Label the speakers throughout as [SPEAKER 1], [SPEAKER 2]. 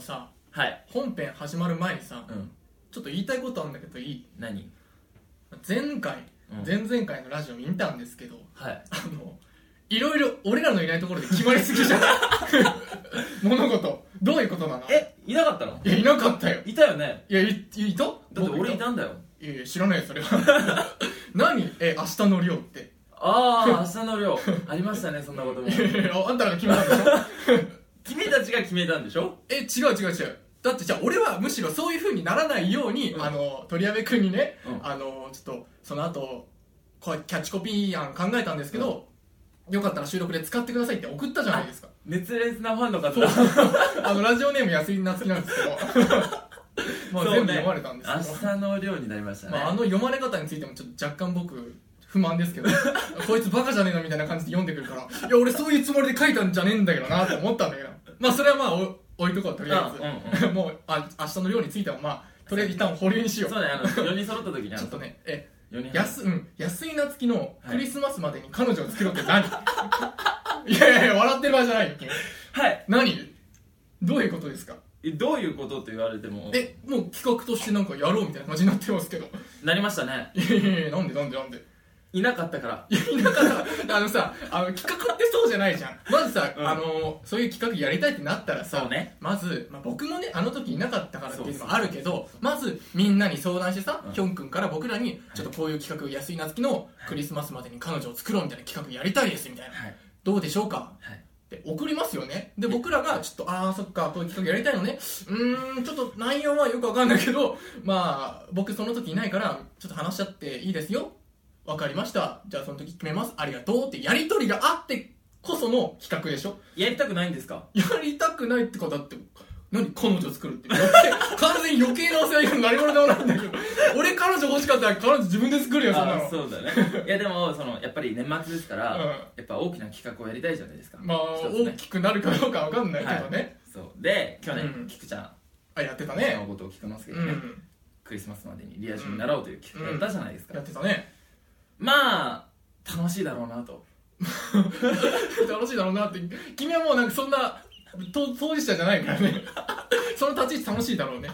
[SPEAKER 1] さ
[SPEAKER 2] はい
[SPEAKER 1] 本編始まる前にさ
[SPEAKER 2] うん
[SPEAKER 1] ちょっと言いたいことあるんだけどいい
[SPEAKER 2] 何
[SPEAKER 1] 前回、
[SPEAKER 2] うん
[SPEAKER 1] 前々回のラジオ見たんですけど
[SPEAKER 2] はい
[SPEAKER 1] あのいろいろ俺らのいないところで決まりすぎじゃない 物事どういうことなの
[SPEAKER 2] えいなかったの
[SPEAKER 1] いやいなかったよ
[SPEAKER 2] いたよね
[SPEAKER 1] いやいいいた
[SPEAKER 2] だって俺い
[SPEAKER 1] た
[SPEAKER 2] たんだよ
[SPEAKER 1] いやいや知らないよそれは 何え明日の量って
[SPEAKER 2] あ あ明日の量ありましたねそんなことも
[SPEAKER 1] いやいやあんたらが決めたんでしょ
[SPEAKER 2] 君たちが決めたんでしょ
[SPEAKER 1] え違う違う違うだってじゃあ俺はむしろそういう風にならないように、
[SPEAKER 2] うん
[SPEAKER 1] あの鳥矢部君にね、
[SPEAKER 2] うん
[SPEAKER 1] あのちょっとその後こうキャッチコピー案考えたんですけど、よかったら収録で使ってくださいって送ったじゃないですか
[SPEAKER 2] 熱烈なファンの方
[SPEAKER 1] そう
[SPEAKER 2] だ
[SPEAKER 1] あのラジオネーム安井夏樹なんですけどまあ
[SPEAKER 2] そうね
[SPEAKER 1] 全部読まれたんですけど、
[SPEAKER 2] 明日の量になりましたね、
[SPEAKER 1] まあ、あの読まれ方についてもちょっと若干僕不満ですけど こいつバカじゃねえのみたいな感じで読んでくるからいや俺そういうつもりで書いたんじゃねえんだけどなと思ったんだけどまあそれはまあお置いとこうとりあえず、
[SPEAKER 2] う ん
[SPEAKER 1] もうあ明日の量についてはまあとりあえず一旦保留にしよう
[SPEAKER 2] そうねあの4人揃 った時にあの
[SPEAKER 1] ちょっとねえ
[SPEAKER 2] 四人
[SPEAKER 1] 安,、うん、安井夏樹のクリスマスまでに彼女を作ろうって何、 い、やいやいや笑ってる場合じゃないよ君
[SPEAKER 2] はい
[SPEAKER 1] 何どういうことですか
[SPEAKER 2] えどういうことって言われても
[SPEAKER 1] えもう企画としてなんかやろうみたいな感じになってますけど
[SPEAKER 2] なりましたね
[SPEAKER 1] いやいやいやなんでなんでなんで
[SPEAKER 2] いなかったから
[SPEAKER 1] いやだ からあのさあの企画ってそうじゃないじゃんまずさ、
[SPEAKER 2] うん
[SPEAKER 1] あのそういう企画やりたいってなったら
[SPEAKER 2] そ
[SPEAKER 1] さ、
[SPEAKER 2] うね
[SPEAKER 1] まず、まあ、僕もねあの時いなかったからっていうのも
[SPEAKER 2] そ
[SPEAKER 1] あ
[SPEAKER 2] うそう
[SPEAKER 1] るけどまずみんなに相談してさ、
[SPEAKER 2] うん
[SPEAKER 1] ヒョン君から僕らにちょっとこういう企画安井夏樹のクリスマスまでに彼女を作ろうみたいな企画やりたいですみたいな
[SPEAKER 2] はい
[SPEAKER 1] どうでしょうか
[SPEAKER 2] はい
[SPEAKER 1] って送りますよねで僕らがちょっとああそっかこういう企画やりたいのねうーんちょっと内容はよくわかんないけどまあ僕その時いないからちょっと話し合っていいですよわかりましたじゃあその時決めますありがとうってやり取りがあってこその企画でしょ
[SPEAKER 2] やりたくないんですか
[SPEAKER 1] やりたくないってことだって何彼女作るって余計完全に余計なお世話に何者でもないんだけど俺彼女欲しかったら彼女自分で作るよそんな
[SPEAKER 2] あ
[SPEAKER 1] の
[SPEAKER 2] そうだ ねいやでもそのやっぱり年末ですから、
[SPEAKER 1] うん
[SPEAKER 2] やっぱ大きな企画をやりたいじゃないですか
[SPEAKER 1] まあ
[SPEAKER 2] 一つ
[SPEAKER 1] 大
[SPEAKER 2] ね
[SPEAKER 1] きくなるかどうかわかんないけどね、
[SPEAKER 2] そうで去年、
[SPEAKER 1] うん
[SPEAKER 2] 菊ちゃん
[SPEAKER 1] あやってた
[SPEAKER 2] の
[SPEAKER 1] ね
[SPEAKER 2] ことを聞くのすけ
[SPEAKER 1] う
[SPEAKER 2] どね、
[SPEAKER 1] ん
[SPEAKER 2] クリスマスまでにリア充になろうという企画やったじゃないですか、
[SPEAKER 1] やってたね
[SPEAKER 2] まあ楽しいだろうなと
[SPEAKER 1] 楽しいだろうなって君はもうなんかそんな当当事者じゃないからね その立ち位置楽しいだろうね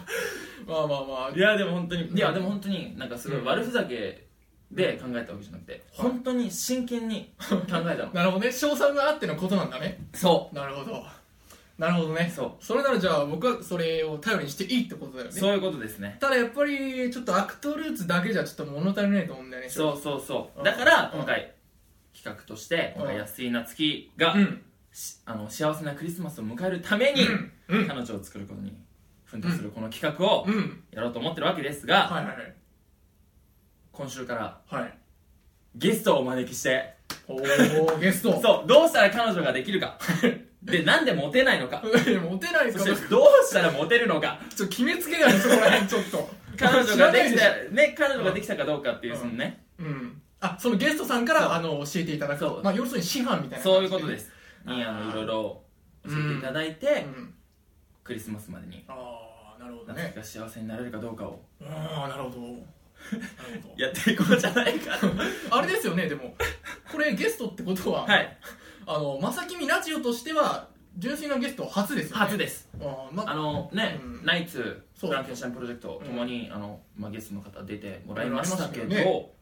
[SPEAKER 1] まあまあまあ
[SPEAKER 2] いやでも本当にいやでも本当になんかすごい悪ふざけで考えたわけじゃなくて
[SPEAKER 1] うん
[SPEAKER 2] 本当に真剣に考えた の
[SPEAKER 1] なるほどね賞賛があってのことなんだね
[SPEAKER 2] そ
[SPEAKER 1] なるほどなるほどね
[SPEAKER 2] そ
[SPEAKER 1] それならじゃあ僕はそれを頼りにしていいってことだよ
[SPEAKER 2] う
[SPEAKER 1] ね
[SPEAKER 2] そういうことですね
[SPEAKER 1] ただやっぱりちょっとアクトルーツだけじゃちょっと物足りないと思うんだよねう
[SPEAKER 2] そうそうそううんだから
[SPEAKER 1] うん
[SPEAKER 2] 今回企画として今回
[SPEAKER 1] うん
[SPEAKER 2] 安井夏樹が
[SPEAKER 1] うん
[SPEAKER 2] しあの幸せなクリスマスを迎えるために
[SPEAKER 1] うんうん
[SPEAKER 2] 彼女を作ることに奮闘するこの企画を
[SPEAKER 1] うん
[SPEAKER 2] やろうと思ってるわけですが
[SPEAKER 1] はいはいはい
[SPEAKER 2] 今週から
[SPEAKER 1] はい
[SPEAKER 2] ゲストをお招きして
[SPEAKER 1] おーゲスト
[SPEAKER 2] そうどうしたら彼女ができるか でなんでモテないのか
[SPEAKER 1] いやモテないで
[SPEAKER 2] そ
[SPEAKER 1] す
[SPEAKER 2] し
[SPEAKER 1] か
[SPEAKER 2] て
[SPEAKER 1] ら
[SPEAKER 2] どうしたらモテるのか
[SPEAKER 1] ちょっと決めつけないでそこら辺ちょっと
[SPEAKER 2] 彼女
[SPEAKER 1] 知
[SPEAKER 2] が
[SPEAKER 1] らな
[SPEAKER 2] で
[SPEAKER 1] い
[SPEAKER 2] き
[SPEAKER 1] した
[SPEAKER 2] ね彼女ができたかどうかっていうそのね
[SPEAKER 1] うん、あそのゲストさんからあの教えていただく
[SPEAKER 2] そう
[SPEAKER 1] まあ、要するに師範みたいな、
[SPEAKER 2] そういうことですす
[SPEAKER 1] あー
[SPEAKER 2] にあのいろいろ教えていただいて
[SPEAKER 1] うん、
[SPEAKER 2] クリスマスまでに
[SPEAKER 1] ああなるほど
[SPEAKER 2] 夏希
[SPEAKER 1] ね
[SPEAKER 2] が幸せになれるかどうかを
[SPEAKER 1] ああなるほどなるほ
[SPEAKER 2] やっていこうじゃないか
[SPEAKER 1] どあれですよねでもこれゲストってことは、
[SPEAKER 2] はい
[SPEAKER 1] あのまさきみラジオとしては純粋なゲスト初ですよね
[SPEAKER 2] 初です
[SPEAKER 1] あー、ま
[SPEAKER 2] あのね
[SPEAKER 1] うん
[SPEAKER 2] ナイツ
[SPEAKER 1] そう
[SPEAKER 2] フランケンシャインプロジェクト
[SPEAKER 1] うん
[SPEAKER 2] ともにあのまあゲストの方出てもらいましたけ
[SPEAKER 1] もらいましたけど
[SPEAKER 2] ど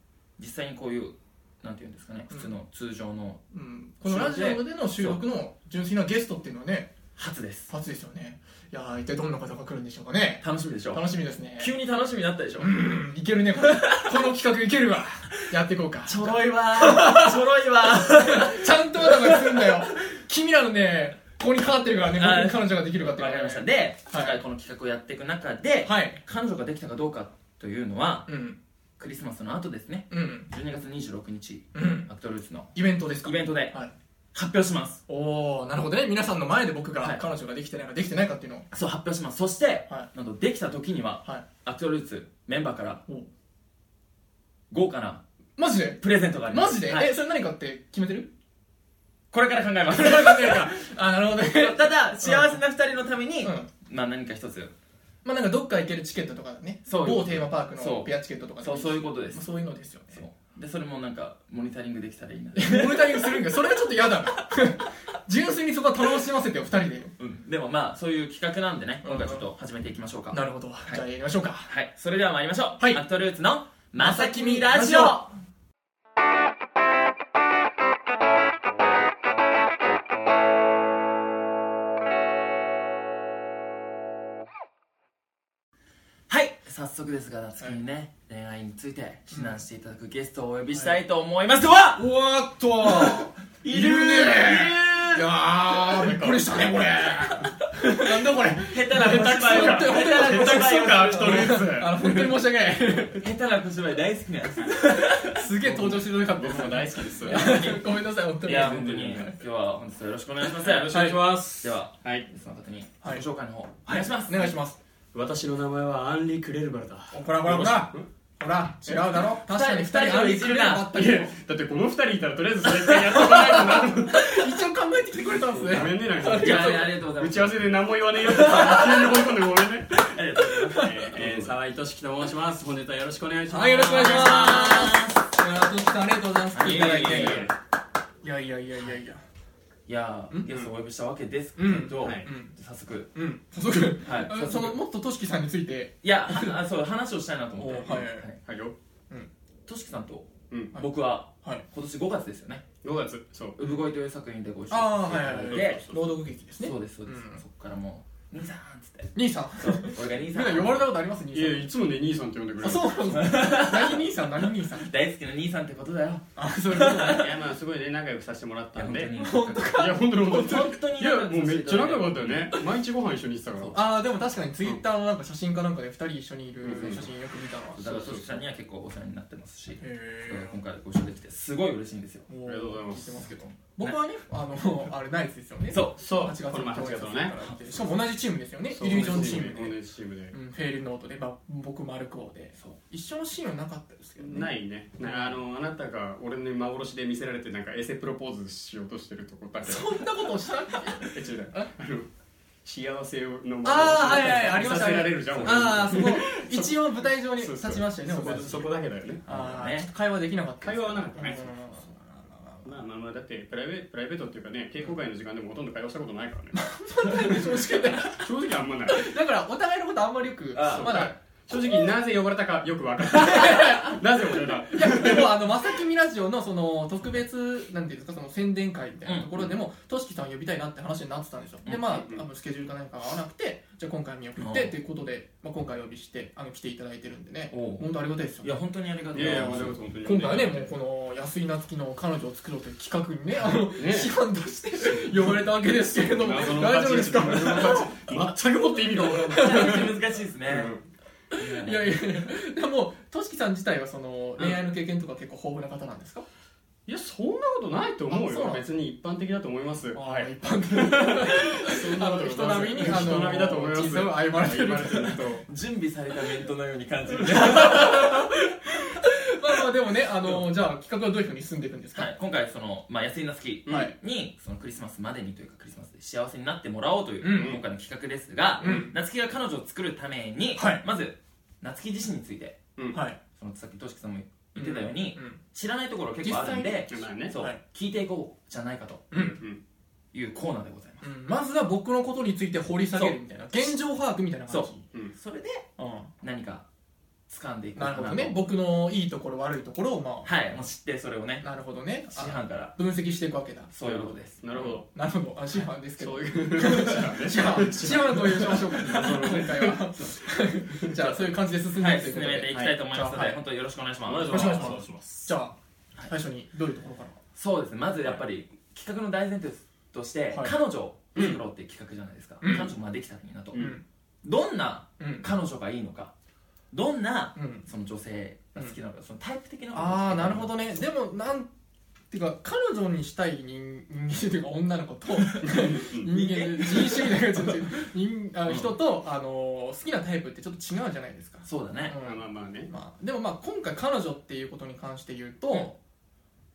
[SPEAKER 2] 実際にこういうなんていうんですかね普通の通常の
[SPEAKER 1] うん、このラジオでの収録の純粋なゲストっていうのはね
[SPEAKER 2] 初です
[SPEAKER 1] 初ですよねいやー一体どんな方が来るんでしょうかね
[SPEAKER 2] 楽しみでしょ
[SPEAKER 1] 楽しみですね
[SPEAKER 2] 急に楽しみになったでしょ
[SPEAKER 1] うんいけるねこれこの企画いけるわやっていこうか
[SPEAKER 2] ちょろいわ ーちょろいわー
[SPEAKER 1] ちゃんとまだまだするんだよ。君らのね、ここにかかってるからね、
[SPEAKER 2] あー
[SPEAKER 1] 本当に彼女ができるかっていう
[SPEAKER 2] わ
[SPEAKER 1] のは
[SPEAKER 2] かり
[SPEAKER 1] ね
[SPEAKER 2] ました。で、
[SPEAKER 1] はい
[SPEAKER 2] 今回この企画をやっていく中で、
[SPEAKER 1] はい。
[SPEAKER 2] 彼女ができたかどうかというのは
[SPEAKER 1] うん。
[SPEAKER 2] クリスマスの後ですね
[SPEAKER 1] うん。
[SPEAKER 2] 12月26日、
[SPEAKER 1] うん
[SPEAKER 2] アクトルーツの
[SPEAKER 1] イベントですか
[SPEAKER 2] イベントで
[SPEAKER 1] はい。
[SPEAKER 2] 発表します
[SPEAKER 1] おー、なるほどね。皆さんの前で僕
[SPEAKER 2] は
[SPEAKER 1] が
[SPEAKER 2] い
[SPEAKER 1] 彼女ができてないかできてないかっていうのを。
[SPEAKER 2] そう発表しますそして、
[SPEAKER 1] は
[SPEAKER 2] なんとできた時には
[SPEAKER 1] はい。
[SPEAKER 2] アクトルーツメンバーから
[SPEAKER 1] お
[SPEAKER 2] 豪華な
[SPEAKER 1] マジで
[SPEAKER 2] プレゼントがありま
[SPEAKER 1] マ
[SPEAKER 2] す
[SPEAKER 1] ジで
[SPEAKER 2] はい
[SPEAKER 1] え、それ何かって決めて る
[SPEAKER 2] これから考えます
[SPEAKER 1] あ、なるほどね。
[SPEAKER 2] ただ幸せな2人のために、
[SPEAKER 1] うん
[SPEAKER 2] まあ何か一つ
[SPEAKER 1] まあなんかどっか行けるチケットとかね。
[SPEAKER 2] そう
[SPEAKER 1] 某テーマパーク
[SPEAKER 2] そ
[SPEAKER 1] の
[SPEAKER 2] う
[SPEAKER 1] ペアチケットとかで
[SPEAKER 2] そうそういうことです
[SPEAKER 1] まあそういうのですよね。
[SPEAKER 2] そうでそれもなんかモニタリングできたらいいな
[SPEAKER 1] モニタリングするんかそれはちょっと嫌だな 純粋にそこは楽しませてよ2人で
[SPEAKER 2] うんでもまあそういう企画なんでね
[SPEAKER 1] うん
[SPEAKER 2] 今回ちょっと始めていきましょうか
[SPEAKER 1] なるほど、
[SPEAKER 2] い
[SPEAKER 1] じゃあやりましょうか
[SPEAKER 2] はいそれでは参りましょう
[SPEAKER 1] はい
[SPEAKER 2] アットルーツのまさきみラジオはい早速ですが夏希にね、恋愛について指南していただくゲストをお呼びしたいと思いますとは、
[SPEAKER 1] うわーっと いるねいやーびっくりしたねこれなんだこれ
[SPEAKER 2] 下手な小芝居
[SPEAKER 1] 本
[SPEAKER 2] が
[SPEAKER 1] 当に
[SPEAKER 2] 下手な小芝居が
[SPEAKER 1] 本当にあの本当に申し訳ない
[SPEAKER 2] 下手な小芝居大好きなんです
[SPEAKER 1] すげえ登場しづらかった僕も大好きですごめんなさい本当
[SPEAKER 2] い
[SPEAKER 1] に
[SPEAKER 2] や本当に今日は本日はよろしくお願いします
[SPEAKER 3] よろしくお願いします、
[SPEAKER 2] では
[SPEAKER 3] はい
[SPEAKER 2] その方に
[SPEAKER 1] はい
[SPEAKER 2] 自己紹介の方お願いします
[SPEAKER 1] お願いします
[SPEAKER 3] 私の名前はアンリ・クレルバルだ
[SPEAKER 1] ほらほらほらほら違うだろ確かに2人
[SPEAKER 2] 二人をいじるな
[SPEAKER 1] あった
[SPEAKER 3] い
[SPEAKER 1] けど
[SPEAKER 3] やだってこの二人いたらとりあえずそれってやってもらえないと
[SPEAKER 1] 一応考えてきてくれたんです
[SPEAKER 3] なごめ
[SPEAKER 1] ね
[SPEAKER 3] んねなんか
[SPEAKER 2] いやありがとうござい
[SPEAKER 3] 打
[SPEAKER 2] ます
[SPEAKER 3] ち合わせで何も言わねえよってさ急に追い込んでごめんね
[SPEAKER 2] ありがとうございます
[SPEAKER 3] えー、沢井俊樹と申します本日はよろしくお願いします
[SPEAKER 1] はいよろしくお願いし
[SPEAKER 3] す
[SPEAKER 1] ますいやーとしさんありがとうございます
[SPEAKER 2] はい
[SPEAKER 1] 来ていただい
[SPEAKER 2] いえいえい
[SPEAKER 1] て
[SPEAKER 2] え
[SPEAKER 1] いやいやいやいやいや
[SPEAKER 2] いやーゲストをお呼びしたわけですけど、
[SPEAKER 3] うんはい
[SPEAKER 1] うん
[SPEAKER 2] 早速
[SPEAKER 1] うん早速
[SPEAKER 2] はい
[SPEAKER 1] あ
[SPEAKER 2] 早速
[SPEAKER 1] そのもっととしきさんについて
[SPEAKER 2] いや あそう話をしたいなと思って
[SPEAKER 1] おはい
[SPEAKER 3] はいよ
[SPEAKER 2] としきさんと
[SPEAKER 3] うん
[SPEAKER 1] はい
[SPEAKER 2] 僕は
[SPEAKER 1] はい
[SPEAKER 2] 今年5月ですよね
[SPEAKER 3] 5月そう
[SPEAKER 2] 「産声」という作品でご一緒してい
[SPEAKER 1] あー
[SPEAKER 2] ただい
[SPEAKER 1] はい
[SPEAKER 3] はいはい
[SPEAKER 2] て
[SPEAKER 1] 朗読劇ですね
[SPEAKER 2] そうですそうです、
[SPEAKER 1] うん
[SPEAKER 2] そっからもう「兄さん」っつって
[SPEAKER 1] 兄さん
[SPEAKER 2] そう俺が兄
[SPEAKER 1] みん
[SPEAKER 2] さ
[SPEAKER 1] なん呼ばれたことあります兄
[SPEAKER 3] いやい
[SPEAKER 1] さ
[SPEAKER 3] つもね兄さんって呼んでくれ
[SPEAKER 1] んあ
[SPEAKER 3] る
[SPEAKER 1] そうなんです か何兄さん何兄さん
[SPEAKER 2] 大好きな兄さんってことだよ
[SPEAKER 1] あそういうことね
[SPEAKER 3] いやまあすごいね仲良くさせてもらっ
[SPEAKER 2] いや
[SPEAKER 3] たん
[SPEAKER 2] 本
[SPEAKER 3] で
[SPEAKER 2] 当
[SPEAKER 3] い
[SPEAKER 2] に本当
[SPEAKER 3] や本当に本当に
[SPEAKER 2] に
[SPEAKER 3] いやもうめっちゃ仲良かった
[SPEAKER 2] よ
[SPEAKER 3] よね毎日ご飯一緒に行ってたから
[SPEAKER 1] ああでも確かにツイッターのなんか写真かなんかで2人一緒にいる
[SPEAKER 3] うん
[SPEAKER 1] 写真よく見たのは
[SPEAKER 2] だからとしきさんには結構お世話になってますしだから
[SPEAKER 1] へ
[SPEAKER 2] 今回ご一緒できてすごい嬉しいんですよ
[SPEAKER 1] え
[SPEAKER 3] ありがとうございます
[SPEAKER 1] 聞いてますけど僕はねあのあれナイスですよね
[SPEAKER 2] そう
[SPEAKER 3] そ
[SPEAKER 1] 8月
[SPEAKER 3] この前8月のね
[SPEAKER 1] しかも同じチームですよね
[SPEAKER 3] そう
[SPEAKER 1] イリュージョンチームで
[SPEAKER 3] 同じチームで
[SPEAKER 1] うんフェールノートでまあ僕マルクオで
[SPEAKER 2] そう
[SPEAKER 1] 一緒のシーンはなかったですけどね
[SPEAKER 3] ないねなんかあのあなたが俺に幻で見せられてなんかエセプロポーズしようとしてるとこだけ
[SPEAKER 1] そんなことをしたっけ
[SPEAKER 3] え違う違うあの幸せの
[SPEAKER 1] あーはいはいありました
[SPEAKER 3] させられるじゃん俺
[SPEAKER 1] ああ そこ一応舞台上に
[SPEAKER 3] そう
[SPEAKER 1] 立
[SPEAKER 3] そう
[SPEAKER 1] ちましたよね
[SPEAKER 3] そこ
[SPEAKER 1] 僕たち
[SPEAKER 3] そこだけだよね
[SPEAKER 1] あ
[SPEAKER 2] あー
[SPEAKER 1] あ
[SPEAKER 2] ね
[SPEAKER 1] ちょっと会話できなかったです
[SPEAKER 3] 会話はなかったね
[SPEAKER 1] うん
[SPEAKER 3] まあまあまあだってプライベプライベートっていうかね稽古会の時間でもほとんど会話したことないからね
[SPEAKER 1] 正直だ
[SPEAKER 3] 正直あんまない
[SPEAKER 1] からお互いのことあんまりよく
[SPEAKER 2] あー
[SPEAKER 1] まだ
[SPEAKER 3] 正直なぜ呼ばれたかよく分かった なぜ俺ら
[SPEAKER 1] いやでもあのまさきみラジオのその特別なんていうんですかその宣伝会みたいなところでもとしきさんを呼びたいなって話になってたんですよ、でまあ
[SPEAKER 3] うんうん
[SPEAKER 1] あのスケジュールか何かが合わなくてじゃあ今回見送ってっていうことで、まあ、今回お呼びしてあの来ていただいてるんでね
[SPEAKER 2] おう
[SPEAKER 1] 本当ありがたいです
[SPEAKER 2] い
[SPEAKER 1] よ
[SPEAKER 2] や本当にありがとう
[SPEAKER 3] い
[SPEAKER 2] ご
[SPEAKER 3] やい
[SPEAKER 2] ざ
[SPEAKER 3] や
[SPEAKER 2] いま
[SPEAKER 3] ますあでも本当に
[SPEAKER 1] 今回ねもうこの安井夏樹の彼女を作ろうという企画にねあの
[SPEAKER 3] ね
[SPEAKER 1] 師範として呼ばれたわけですけれども
[SPEAKER 3] 謎の
[SPEAKER 1] 大丈夫ですか
[SPEAKER 3] 立ち位置謎の立ち位置全くもって意味が分からない
[SPEAKER 2] 難 しいですね
[SPEAKER 1] いやいやいやでもとしきさん自体はその恋愛の経験とか結構豊富な方なんですか、
[SPEAKER 3] いやそんなことないと思う
[SPEAKER 1] あそうな
[SPEAKER 3] よ
[SPEAKER 1] の
[SPEAKER 3] 別に一般的だと思います
[SPEAKER 1] あ
[SPEAKER 3] は
[SPEAKER 1] ー
[SPEAKER 3] い
[SPEAKER 1] 一般的 あの人並みにあの
[SPEAKER 3] 人並みだと思います
[SPEAKER 1] 人生を歩まれてるま
[SPEAKER 2] 準備された面とのように感じる
[SPEAKER 1] あまあでもねあのじゃあ企画はどういうふうに進んでいくんですか、
[SPEAKER 2] はい今回そのまあ安井夏樹
[SPEAKER 1] は
[SPEAKER 3] はいい
[SPEAKER 2] にそのクリスマスまでにというかクリスマスで幸せになってもらおうという、
[SPEAKER 1] うん
[SPEAKER 2] 今回の企画ですが、
[SPEAKER 1] うん
[SPEAKER 2] 夏希が彼女を作るために、
[SPEAKER 1] はい
[SPEAKER 2] まず夏希自身について
[SPEAKER 3] うん
[SPEAKER 1] はい
[SPEAKER 2] そのさっきとしきさんも言ってたように、
[SPEAKER 1] うん
[SPEAKER 2] 知らないところ結構あるんで、
[SPEAKER 3] まあね
[SPEAKER 2] そう、
[SPEAKER 1] はい
[SPEAKER 2] 聞いていこうじゃないかと
[SPEAKER 1] うん
[SPEAKER 3] うん
[SPEAKER 2] いうコーナーでございま
[SPEAKER 1] うんまずは僕のことについて掘り下げるみたいな現状把握みたいな感じ
[SPEAKER 2] そ
[SPEAKER 3] うん
[SPEAKER 2] すそれで
[SPEAKER 1] う
[SPEAKER 2] 何か掴んでいこ
[SPEAKER 1] ん
[SPEAKER 2] うか
[SPEAKER 1] なるほど
[SPEAKER 2] なと
[SPEAKER 1] ね僕のいいところ悪いところをま
[SPEAKER 2] はいもう知ってそれを
[SPEAKER 1] あ
[SPEAKER 2] ね
[SPEAKER 1] なるほどね
[SPEAKER 2] 師
[SPEAKER 1] あ
[SPEAKER 2] 範から
[SPEAKER 1] 分析していくわけだ
[SPEAKER 2] そういうことです
[SPEAKER 3] なるほど
[SPEAKER 1] なるほどあ師範ですけど
[SPEAKER 3] そ ういう話
[SPEAKER 1] 師範師範というしましょうか今回は じゃあそういう感じで進んで
[SPEAKER 2] はいい
[SPEAKER 1] くというこ
[SPEAKER 2] 進め
[SPEAKER 1] とで、
[SPEAKER 2] ていきたいと思いますので、
[SPEAKER 1] はい
[SPEAKER 2] 本当によろしくお願いします
[SPEAKER 1] ろしくお願いします
[SPEAKER 3] します
[SPEAKER 1] じゃあ
[SPEAKER 2] はい
[SPEAKER 1] 最初にどういうところから
[SPEAKER 2] そうですねまずやっぱり企画の大前提として、
[SPEAKER 1] はい
[SPEAKER 2] 彼女を作ろうっていう企画じゃないですか、
[SPEAKER 1] うん
[SPEAKER 2] 彼女まあできたらいいなと、
[SPEAKER 3] うん
[SPEAKER 2] どんな
[SPEAKER 1] うん
[SPEAKER 2] 彼女がいいのかどんな
[SPEAKER 1] うん
[SPEAKER 2] その女性が好きなのか、そのタイプ的なことを
[SPEAKER 1] ああなるほどねでもなんていうか彼女にしたい人人間というか女の子と人間人種主義だからちょっと人あ
[SPEAKER 2] うん
[SPEAKER 1] 人と、あのー好きなタイプってちょっと違うじゃないですか、
[SPEAKER 2] そうだね、
[SPEAKER 1] うん
[SPEAKER 3] まあまあね
[SPEAKER 1] まあ、でもまあ今回彼女っていうことに関して言うと、
[SPEAKER 2] うん